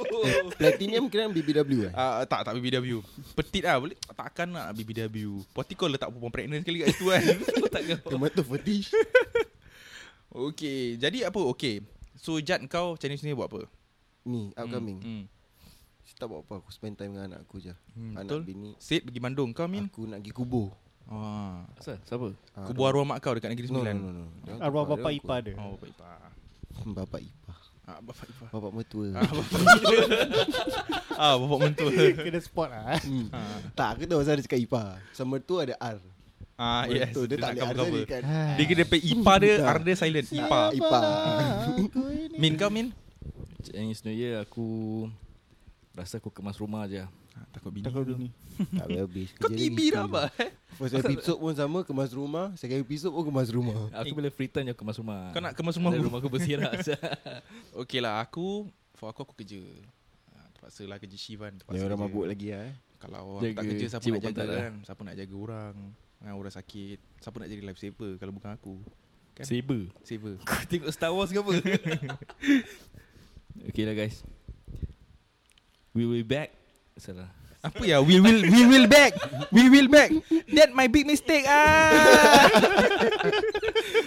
Speaker 4: Platinum kira BBW eh
Speaker 2: Ah uh, tak tak BBW. Petit lah boleh takkan nak BBW. Poti kau letak perempuan pregnant sekali kat situ kan.
Speaker 1: Tak kau
Speaker 4: Tomato fetish
Speaker 2: Okey, jadi apa? Okey. So Jad kau Chinese ni buat apa?
Speaker 4: Ni upcoming
Speaker 2: Hmm.
Speaker 4: Saya tak buat apa Aku spend time dengan anak aku je
Speaker 2: Hmm,
Speaker 4: Anak
Speaker 2: betul.
Speaker 4: bini
Speaker 2: Sid pergi Bandung kau Min?
Speaker 4: Aku nak pergi kubur
Speaker 2: Ah.
Speaker 1: Asal? Siapa?
Speaker 4: Ah,
Speaker 2: Kubur arwah kan? mak kau dekat Negeri
Speaker 4: No, no,
Speaker 2: Sembilan.
Speaker 4: no, no. Dia orang
Speaker 3: Arwah
Speaker 4: kubur,
Speaker 3: bapa
Speaker 4: dia orang
Speaker 3: ipar dia.
Speaker 2: Oh, bapak ipar.
Speaker 4: kubur. Bapak ipar
Speaker 2: Ah, bapak ipar.
Speaker 4: Bapak mertua
Speaker 2: Ah, bapak ah, bapak mentua.
Speaker 3: Kena spot lah.
Speaker 4: Hmm.
Speaker 2: Ah.
Speaker 4: Tak, aku tahu pasal dia cakap ipar Sama mertua ada R
Speaker 2: Ah, yes.
Speaker 4: Mertua, Dia tak
Speaker 2: nak
Speaker 4: boleh R
Speaker 2: cover-cover.
Speaker 4: tadi kan
Speaker 2: Dia kena pay ipar dia, R dia silent. Ipar.
Speaker 4: Ipar. Ipar.
Speaker 3: Aku ini.
Speaker 2: Min kau Min?
Speaker 1: Chinese New Year aku Rasa aku kemas rumah je
Speaker 2: Ah, takut bini.
Speaker 3: Takut bini.
Speaker 4: Tak boleh habis
Speaker 2: Kau
Speaker 4: Kerja
Speaker 2: TB
Speaker 4: ni
Speaker 2: dah
Speaker 4: gitu.
Speaker 2: apa?
Speaker 4: First episode pun sama Kemas rumah Second episode pun kemas rumah
Speaker 1: Aku bila free time je aku Eh. kemas rumah
Speaker 2: Kau nak kemas rumah
Speaker 1: Ada
Speaker 2: aku?
Speaker 1: rumah aku lah, bersirak asal.
Speaker 2: Okay lah aku For aku aku kerja Ah, Terpaksa lah kerja shift kan terpaksa
Speaker 4: Dia orang
Speaker 2: kerja.
Speaker 4: mabuk lagi lah eh
Speaker 2: Kalau aku tak
Speaker 1: Jaga.
Speaker 2: kerja siapa
Speaker 1: Sibuk
Speaker 2: nak jaga
Speaker 1: pantat lah.
Speaker 2: kan Siapa nak jaga orang Dengan orang sakit Siapa nak jadi lifesaver Kalau bukan aku Kan?
Speaker 1: Saber
Speaker 2: Saver
Speaker 1: Kau tengok Star Wars ke apa? okay lah guys We will be back Salah
Speaker 2: Apa ya We will we will back We will back That my big mistake ah.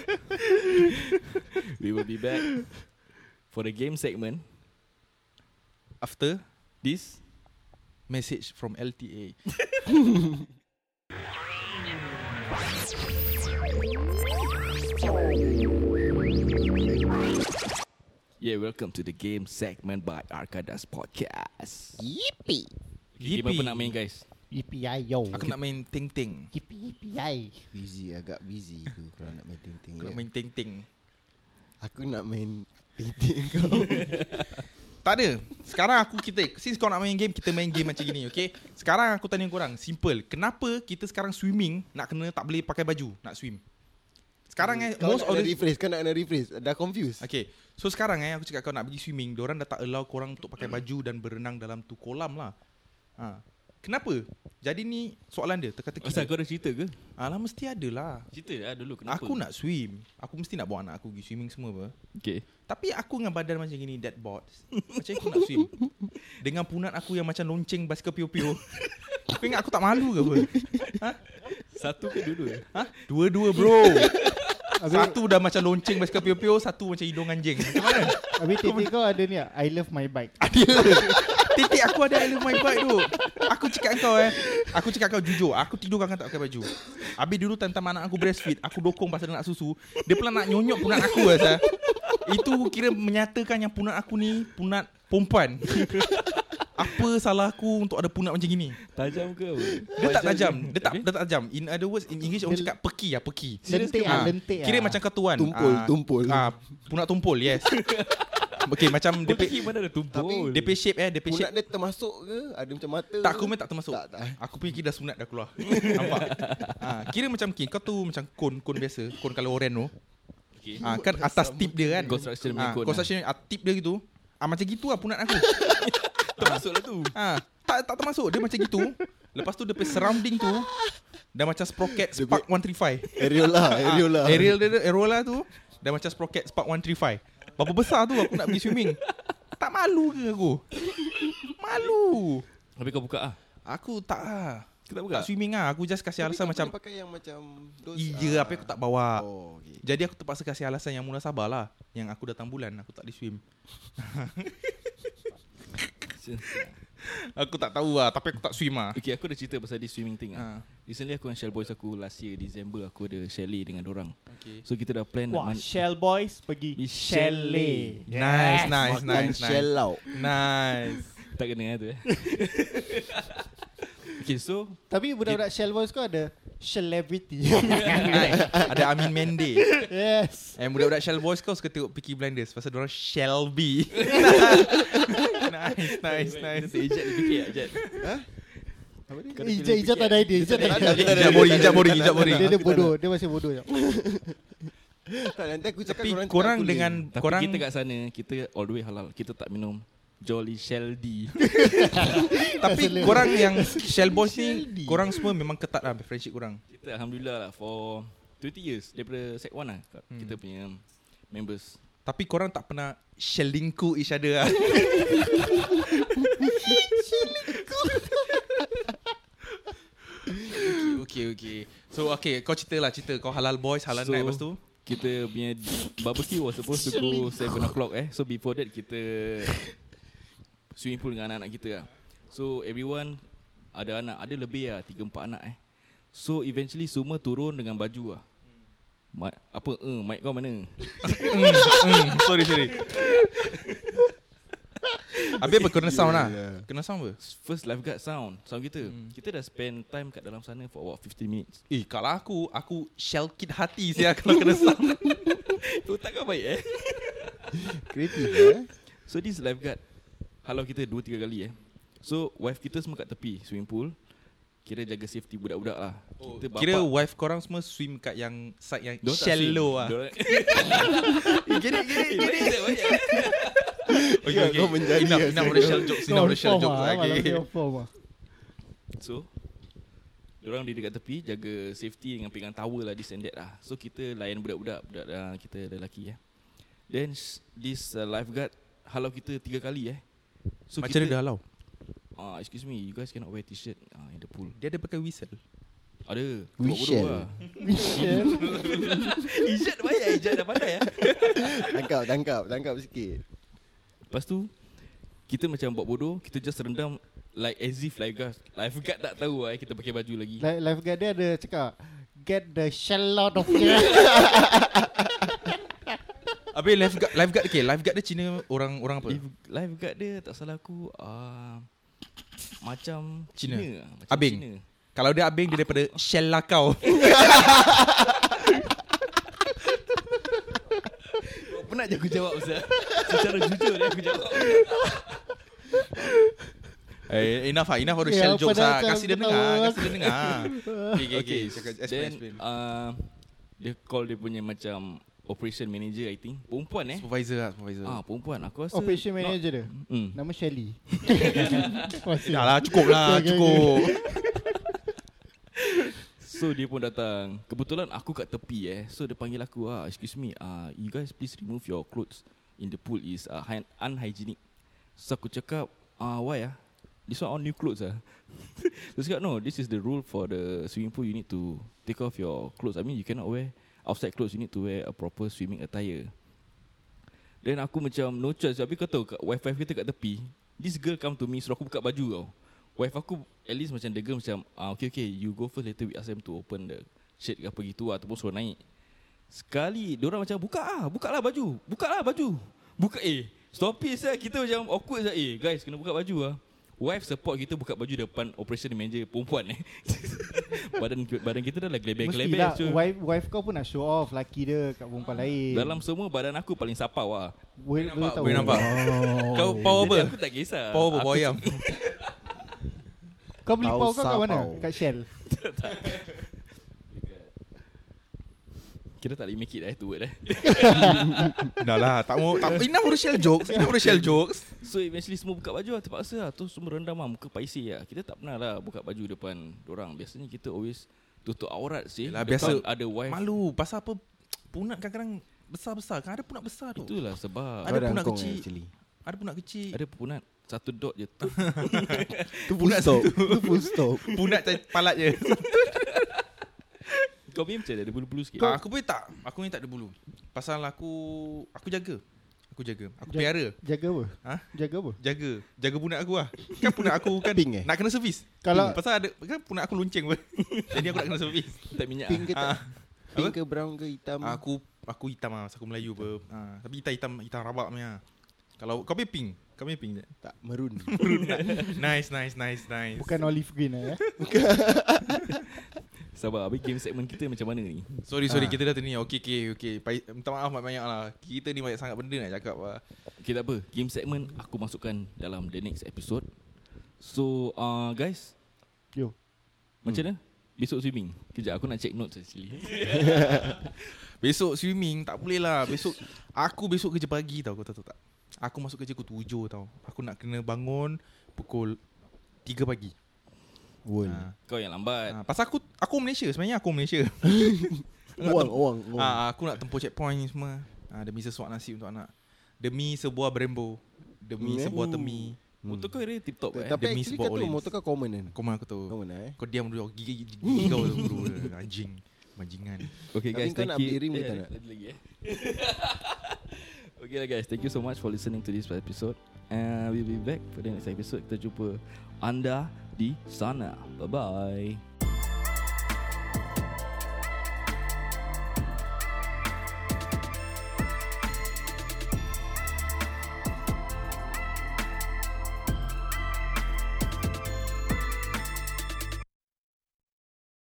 Speaker 1: We will be back For the game segment
Speaker 2: After
Speaker 1: This
Speaker 2: Message from LTA
Speaker 1: Yeah, welcome to the game segment by Arkadas Podcast.
Speaker 3: Yippee.
Speaker 1: Game
Speaker 2: Yippee.
Speaker 1: apa nak main guys?
Speaker 3: Yippee yo.
Speaker 2: Aku nak main ting-ting
Speaker 3: Yippee yippee.
Speaker 4: Busy agak busy tu Kalau nak main ting-ting
Speaker 2: Aku nak
Speaker 4: ya.
Speaker 2: main ting-ting
Speaker 4: Aku nak main ting-ting kau
Speaker 2: Tak ada. Sekarang aku kita since kau nak main game, kita main game macam gini, okay? Sekarang aku tanya korang, simple. Kenapa kita sekarang swimming nak kena tak boleh pakai baju nak swim? Sekarang eh
Speaker 4: Kau
Speaker 2: most
Speaker 4: Hmm,
Speaker 2: of
Speaker 4: nak kena
Speaker 2: the
Speaker 4: rephrase Kau nak kena rephrase Dah confused
Speaker 2: Okay So sekarang eh Aku cakap kau nak pergi swimming Diorang dah tak allow korang Untuk pakai baju Dan berenang dalam tu kolam lah ha. Kenapa? Jadi ni Soalan dia Teka-teki
Speaker 1: Asal kau ada cerita ke?
Speaker 2: Alah mesti ada lah
Speaker 1: Cerita lah dulu kenapa?
Speaker 2: Aku nak swim Aku mesti nak bawa anak aku Pergi swimming semua apa
Speaker 1: Okay.
Speaker 2: Tapi aku dengan badan macam gini Dead board Macam aku nak swim Dengan punat aku yang macam Lonceng basikal piu-piu Aku ingat aku tak malu ke apa
Speaker 1: Satu ke dua-dua?
Speaker 2: ha? Dua-dua bro
Speaker 3: Habis,
Speaker 2: Satu dah macam lonceng basikal piu-piu Satu macam hidung anjing Macam mana?
Speaker 3: habis titik kau ada ni ah, I love my bike.
Speaker 2: Ada Titik aku ada I love my bike tu Aku cakap kau eh Aku cakap kau jujur Aku tidur kadang tak pakai baju Habis dulu tentang anak aku breastfeed Aku dokong pasal dia nak susu Dia pula nak nyonyok punat aku asal Itu kira menyatakan yang punat aku ni Punat perempuan Apa salah aku untuk ada punat macam gini
Speaker 1: Tajam ke apa?
Speaker 2: Dia tak tajam Dia tak, dia tak tajam In other words In English orang cakap peki lah peki
Speaker 3: Lentik
Speaker 2: Ah,
Speaker 3: ah, lentik ah.
Speaker 2: Kira macam kau tuan
Speaker 4: Ya. Tumpul,
Speaker 2: Ah,
Speaker 4: tumpul.
Speaker 2: ah, Punat tumpul yes Okay macam
Speaker 1: Dia
Speaker 2: dia pe-
Speaker 1: mana ada tumpul?
Speaker 2: dia pe shape eh Dia pe shape
Speaker 4: Punat dia termasuk ke Ada macam mata
Speaker 2: tak aku
Speaker 4: ke?
Speaker 2: memang tak termasuk
Speaker 4: Tak, tak.
Speaker 2: Aku punya kira dah sunat dah keluar Nampak ha, Kira macam okay, Kau tu macam kon Kon biasa Kon kalau oren tu
Speaker 1: Okay.
Speaker 2: ha, Kan atas tip dia kan
Speaker 1: Construction punya
Speaker 2: Ah,
Speaker 1: cone lah.
Speaker 2: Construction ah, Tip dia gitu ha, Macam gitu lah punat aku
Speaker 1: Termasuklah tu.
Speaker 2: ha, tak, tak termasuk Dia macam gitu Lepas tu dia punya surrounding tu Dah macam sprocket
Speaker 4: Dia lah.
Speaker 2: Spark 135
Speaker 4: Areola
Speaker 2: Ah,
Speaker 4: Areola
Speaker 2: Aerial dia Aerola tu Dah macam sprocket Spark 135 Berapa besar tu aku nak pergi swimming Tak malu ke aku Malu
Speaker 1: Habis kau buka ah.
Speaker 2: Aku tak lah
Speaker 1: Kau tak buka?
Speaker 2: Tak swimming lah Aku just kasih alasan
Speaker 4: Tapi kau
Speaker 2: macam
Speaker 4: boleh pakai yang macam those,
Speaker 2: Iya
Speaker 4: ah,
Speaker 2: apa aku tak bawa
Speaker 4: Oh okay
Speaker 2: Jadi aku terpaksa kasih alasan yang munasabah lah Yang aku datang bulan Aku tak boleh swim Aku tak tahu lah Tapi aku tak swim lah
Speaker 1: Okay aku dah cerita pasal this swimming thing ah.
Speaker 2: ha.
Speaker 1: Recently aku dengan Shell Boys aku last year December aku ada chalet dengan orang.
Speaker 2: okay.
Speaker 1: So kita dah plan
Speaker 3: Wah,
Speaker 1: nak man-
Speaker 3: Shell Boys pergi
Speaker 1: Di
Speaker 3: Chalet.
Speaker 2: Nice,
Speaker 3: Yes.
Speaker 2: nice, nice,
Speaker 4: shell
Speaker 2: nice.
Speaker 4: out
Speaker 2: Nice.
Speaker 1: tak kena eh, tu eh. okay so
Speaker 3: Tapi budak-budak Shell Boys kau ada celebrity.
Speaker 2: nice. Ada Amin Mende.
Speaker 3: yes.
Speaker 2: And budak-budak Shell Boys kau suka tengok Peaky Blinders pasal diorang Shelby. nice, nice, nice.
Speaker 1: Ejat dia fikir lah, Ejat.
Speaker 4: Apa dia?
Speaker 1: Kau ada
Speaker 3: Ijat Ijat tak ada idea. Ijat tak ada idea.
Speaker 2: Ijak boring, ijak boring, ijak boring.
Speaker 3: Dia, dia bodoh. Dia masih bodoh je.
Speaker 4: Tak nanti aku cakap
Speaker 2: Tapi
Speaker 4: korang cakap
Speaker 2: korang
Speaker 4: aku
Speaker 2: dengan
Speaker 4: lame.
Speaker 1: Tapi
Speaker 2: korang
Speaker 1: kita kat sana Kita all the way halal Kita tak minum Jolly Shell D
Speaker 2: tapi
Speaker 3: Tak selera.
Speaker 2: korang yang Shell Boys ni korang semua memang ketat lah friendship korang.
Speaker 1: Kita Alhamdulillah lah For 20 years Daripada set 1 lah
Speaker 2: Hmm.
Speaker 1: hmm. Kita punya Members
Speaker 2: Tapi korang tak pernah shellingku each other lah. okay, okay. So okay, kau cerita lah cerita kau halal boys, halal so,
Speaker 1: So,
Speaker 2: night lepas tu.
Speaker 1: Kita punya Barbecue was supposed to go 7 o'clock eh So before that kita Swimming pool dengan anak-anak kita lah So everyone Ada anak Ada lebih lah 3-4 anak eh So eventually semua turun dengan baju lah Ma- apa eh, mic kau mana?
Speaker 2: Hmm, sorry, sorry. Habis apa kena sound lah? Kena sound apa?
Speaker 1: First lifeguard sound Sound kita hmm. Kita dah spend time kat dalam sana For about 15 minutes
Speaker 2: Eh, kalau aku, aku shell kit hati saya kalau kena sound.
Speaker 1: Otak kau baik eh
Speaker 4: Kreatif eh
Speaker 1: So this lifeguard Halau kita 2-3 kali eh So wife kita semua kat tepi Swimming pool Kira jaga safety budak-budak lah
Speaker 2: Oh,
Speaker 1: Kita
Speaker 2: Kira wife korang semlow swim kat yang side yang
Speaker 1: Dorang tak
Speaker 2: shallow
Speaker 1: swim.
Speaker 2: lah.
Speaker 1: Dorang-
Speaker 2: Gini, gini, gini. Okay,
Speaker 4: Ya,
Speaker 2: okay.
Speaker 4: kau menjadi
Speaker 2: Enough,
Speaker 4: lah,
Speaker 2: enough
Speaker 4: saya.
Speaker 2: of the shell jokes. Enough of the shell
Speaker 3: Confirm
Speaker 2: jokes.
Speaker 3: lah, malam
Speaker 2: Okay.
Speaker 3: dia confirm lah.
Speaker 1: So Diorang di dekat tepi Jaga safety dengan pegang towel lah This and that lah So kita layan budak-budak Budak uh, kita lelaki eh Then s- this uh, lifeguard Halau kita tiga kali eh So
Speaker 2: Macam
Speaker 1: kita
Speaker 2: dia halau.
Speaker 1: Ah, excuse me, you guys cannot wear t-shirt ah, in the pool.
Speaker 2: Dia ada pakai whistle.
Speaker 1: Ada.
Speaker 4: We
Speaker 1: bodoh
Speaker 4: shall.
Speaker 1: lah.
Speaker 3: Shell.
Speaker 1: Ijat banyak, Ijat dah pandai ya.
Speaker 4: Tangkap tangkap Tangkap sikit
Speaker 1: Lepas tu kita macam buat bodoh, kita just rendam like as if lifeguard, lifeguard tak tahu lah eh, kita pakai baju lagi.
Speaker 3: Li- Lifeguard dia ada cakap Get the shell out of here
Speaker 2: Habis lifeguard lifeguard okay, lifeguard dia Cina orang orang apa?
Speaker 1: Life, lifeguard dia tak salah aku ah, macam
Speaker 2: Cina.
Speaker 1: Cina. lah, macam
Speaker 2: Abeng.
Speaker 1: Cina.
Speaker 2: Kalau dia abeng dia daripada Shell lah Lakau.
Speaker 1: Oh, penat je aku jawab Ustaz. Secara jujur dia aku jawab.
Speaker 2: eh, enough ah, enough for the
Speaker 3: Ya,
Speaker 2: Shell jokes ah.
Speaker 3: padahal macam
Speaker 2: Kasih dia
Speaker 3: ketawa.
Speaker 2: dengar, kasih dia dengar. Okay, okay, Ah, okay. Cakap, explain,
Speaker 1: Then
Speaker 2: explain.
Speaker 1: uh, dia call dia punya macam operation manager I think. Perempuan eh.
Speaker 2: Supervisor lah, supervisor.
Speaker 1: Ah perempuan aku rasa
Speaker 3: Operation
Speaker 1: not-
Speaker 3: manager dia
Speaker 1: Hmm.
Speaker 3: Nama Shelly
Speaker 2: Dah lah, cukup lah,
Speaker 3: Okay, okay,
Speaker 2: cukup.
Speaker 1: So dia pun datang Kebetulan aku kat tepi eh So dia panggil aku ah, Excuse me uh, You guys please remove your clothes In the pool is uh, hy- unhygienic So aku cakap uh, Why ah This one all new clothes ah Dia cakap no This is the rule for the swimming pool You need to take off your clothes I mean you cannot wear Outside clothes You need to wear a proper swimming attire Then aku macam no choice Habis kau tahu kat wifi kita kat tepi This girl come to me Suruh aku buka baju kau Wife aku at least macam the girl macam ah, Okay okay you go first later we ask them to open the shade ke apa gitu lah Ataupun suruh naik Sekali diorang macam buka lah Buka lah baju Buka lah baju Buka eh Stop it sah. Kita macam awkward sah. Eh guys kena buka baju lah Wife support kita buka baju depan operation manager perempuan eh. badan badan kita dah lah gelebek-gelebek.
Speaker 3: Mestilah
Speaker 1: cuy.
Speaker 3: wife, wife kau pun nak show off Laki dia kat perempuan lain
Speaker 1: Dalam semua badan aku paling sapau lah.
Speaker 3: Boleh
Speaker 2: nampak,
Speaker 3: tahu.
Speaker 2: boleh nampak.
Speaker 3: Oh.
Speaker 2: Kau power apa?
Speaker 1: Jadi Aku tak kisah.
Speaker 2: Power apa,
Speaker 1: Aku
Speaker 2: power ayam?
Speaker 3: Kau beli
Speaker 4: Tahu
Speaker 3: pau kau kat mana?
Speaker 4: sapau.
Speaker 3: Kat Shell
Speaker 1: Kira tak boleh make it lah tu word eh.
Speaker 2: Dah lah, tak mau. Tak, enough for the Shell jokes, enough for the Shell jokes.
Speaker 1: So eventually semua buka baju lah terpaksa lah. Tu semua rendam lah muka paisi lah. Kita tak pernah lah buka baju depan orang. Biasanya kita always tutup aurat sih.
Speaker 2: Yelah,
Speaker 1: Depan
Speaker 2: biasa
Speaker 1: ada wife.
Speaker 2: Malu, pasal apa? Punat kadang-kadang besar-besar. Kan ada punat besar tu.
Speaker 1: Itulah sebab.
Speaker 2: Ada
Speaker 4: Kau
Speaker 2: pundak
Speaker 4: rangkong,
Speaker 2: kecil.
Speaker 4: actually.
Speaker 2: Ada punat kecil.
Speaker 1: Ada punat Satu dot je Tup.
Speaker 4: Tu full stop Tu full stop
Speaker 2: punat macam palat je.
Speaker 1: Kau punya macam mana? Ada bulu-bulu sikit
Speaker 2: Kau... Aku boleh tak? Aku ni tak ada bulu. Pasal aku aku jaga. Aku jaga. Aku
Speaker 3: Ja-
Speaker 2: pelihara.
Speaker 3: Jaga apa?
Speaker 2: Ha?
Speaker 3: Jaga apa?
Speaker 2: Jaga. Jaga punat aku lah. Kan punat aku kan
Speaker 4: Pink eh?
Speaker 2: nak kena servis.
Speaker 3: Kalau-
Speaker 2: Pasal ada kan punat aku lonceng pun. Jadi aku nak kena servis.
Speaker 1: Tak minyak lah.
Speaker 4: Pink ke tak
Speaker 2: Ah.
Speaker 4: Pink ke brown ke hitam
Speaker 2: Ah, aku aku hitam lah Pasal aku Melayu apa ah, Tapi hitam hitam hitam rabak punya Kalau kau punya pink Kau punya pink je
Speaker 4: Tak merun
Speaker 2: Nice nice nice nice
Speaker 3: Bukan olive green lah ya.
Speaker 1: Sabar Habis game segmen kita macam mana ni
Speaker 2: Sorry sorry
Speaker 4: Ah.
Speaker 2: kita dah terni Okay okay okay Pai, Minta maaf banyak-banyak lah Kita ni banyak sangat benda nak cakap lah
Speaker 1: Okay tak apa Game segmen Aku masukkan Dalam the next episode So uh, guys
Speaker 3: Yo.
Speaker 1: Macam
Speaker 4: Hmm.
Speaker 1: mana? Besok swimming Kejap aku nak check notes actually
Speaker 2: Besok swimming tak boleh lah Besok Aku besok kerja pagi tau Kau tahu tak Aku masuk kerja pukul tujuh tau Aku nak kena bangun Pukul Tiga pagi
Speaker 4: Wall
Speaker 2: ha.
Speaker 1: Kau yang lambat
Speaker 2: ha.
Speaker 4: Ah,
Speaker 2: Pasal aku Aku orang Malaysia Sebenarnya aku orang Malaysia
Speaker 4: Orang orang orang.
Speaker 2: ha, Aku nak tempur checkpoint ni semua ha, Demi sesuap nasi untuk anak Demi sebuah Brembo Demi
Speaker 4: Hmm, eh.
Speaker 2: sebuah temi
Speaker 4: hmm.
Speaker 1: Motor kau really tip top eh
Speaker 4: Tapi
Speaker 2: Demi
Speaker 4: actually
Speaker 2: sebuah
Speaker 4: kau tu
Speaker 2: audience.
Speaker 4: motor kau common kan
Speaker 2: Kau mana aku tahu
Speaker 4: Common lah eh
Speaker 2: Kau diam dulu Gigi, gigi, gigi kau tu bro. Anjing Bajingan
Speaker 1: Okay
Speaker 4: Tapi
Speaker 1: guys,
Speaker 4: kau
Speaker 1: thank
Speaker 4: nak
Speaker 1: you.
Speaker 4: beli rim ke
Speaker 1: Eh,
Speaker 4: tak nak?
Speaker 1: Lagi lagi eh. okay lah guys, thank you so much for listening to this episode. And we'll be back for the next episode. Kita jumpa anda di sana. Bye bye.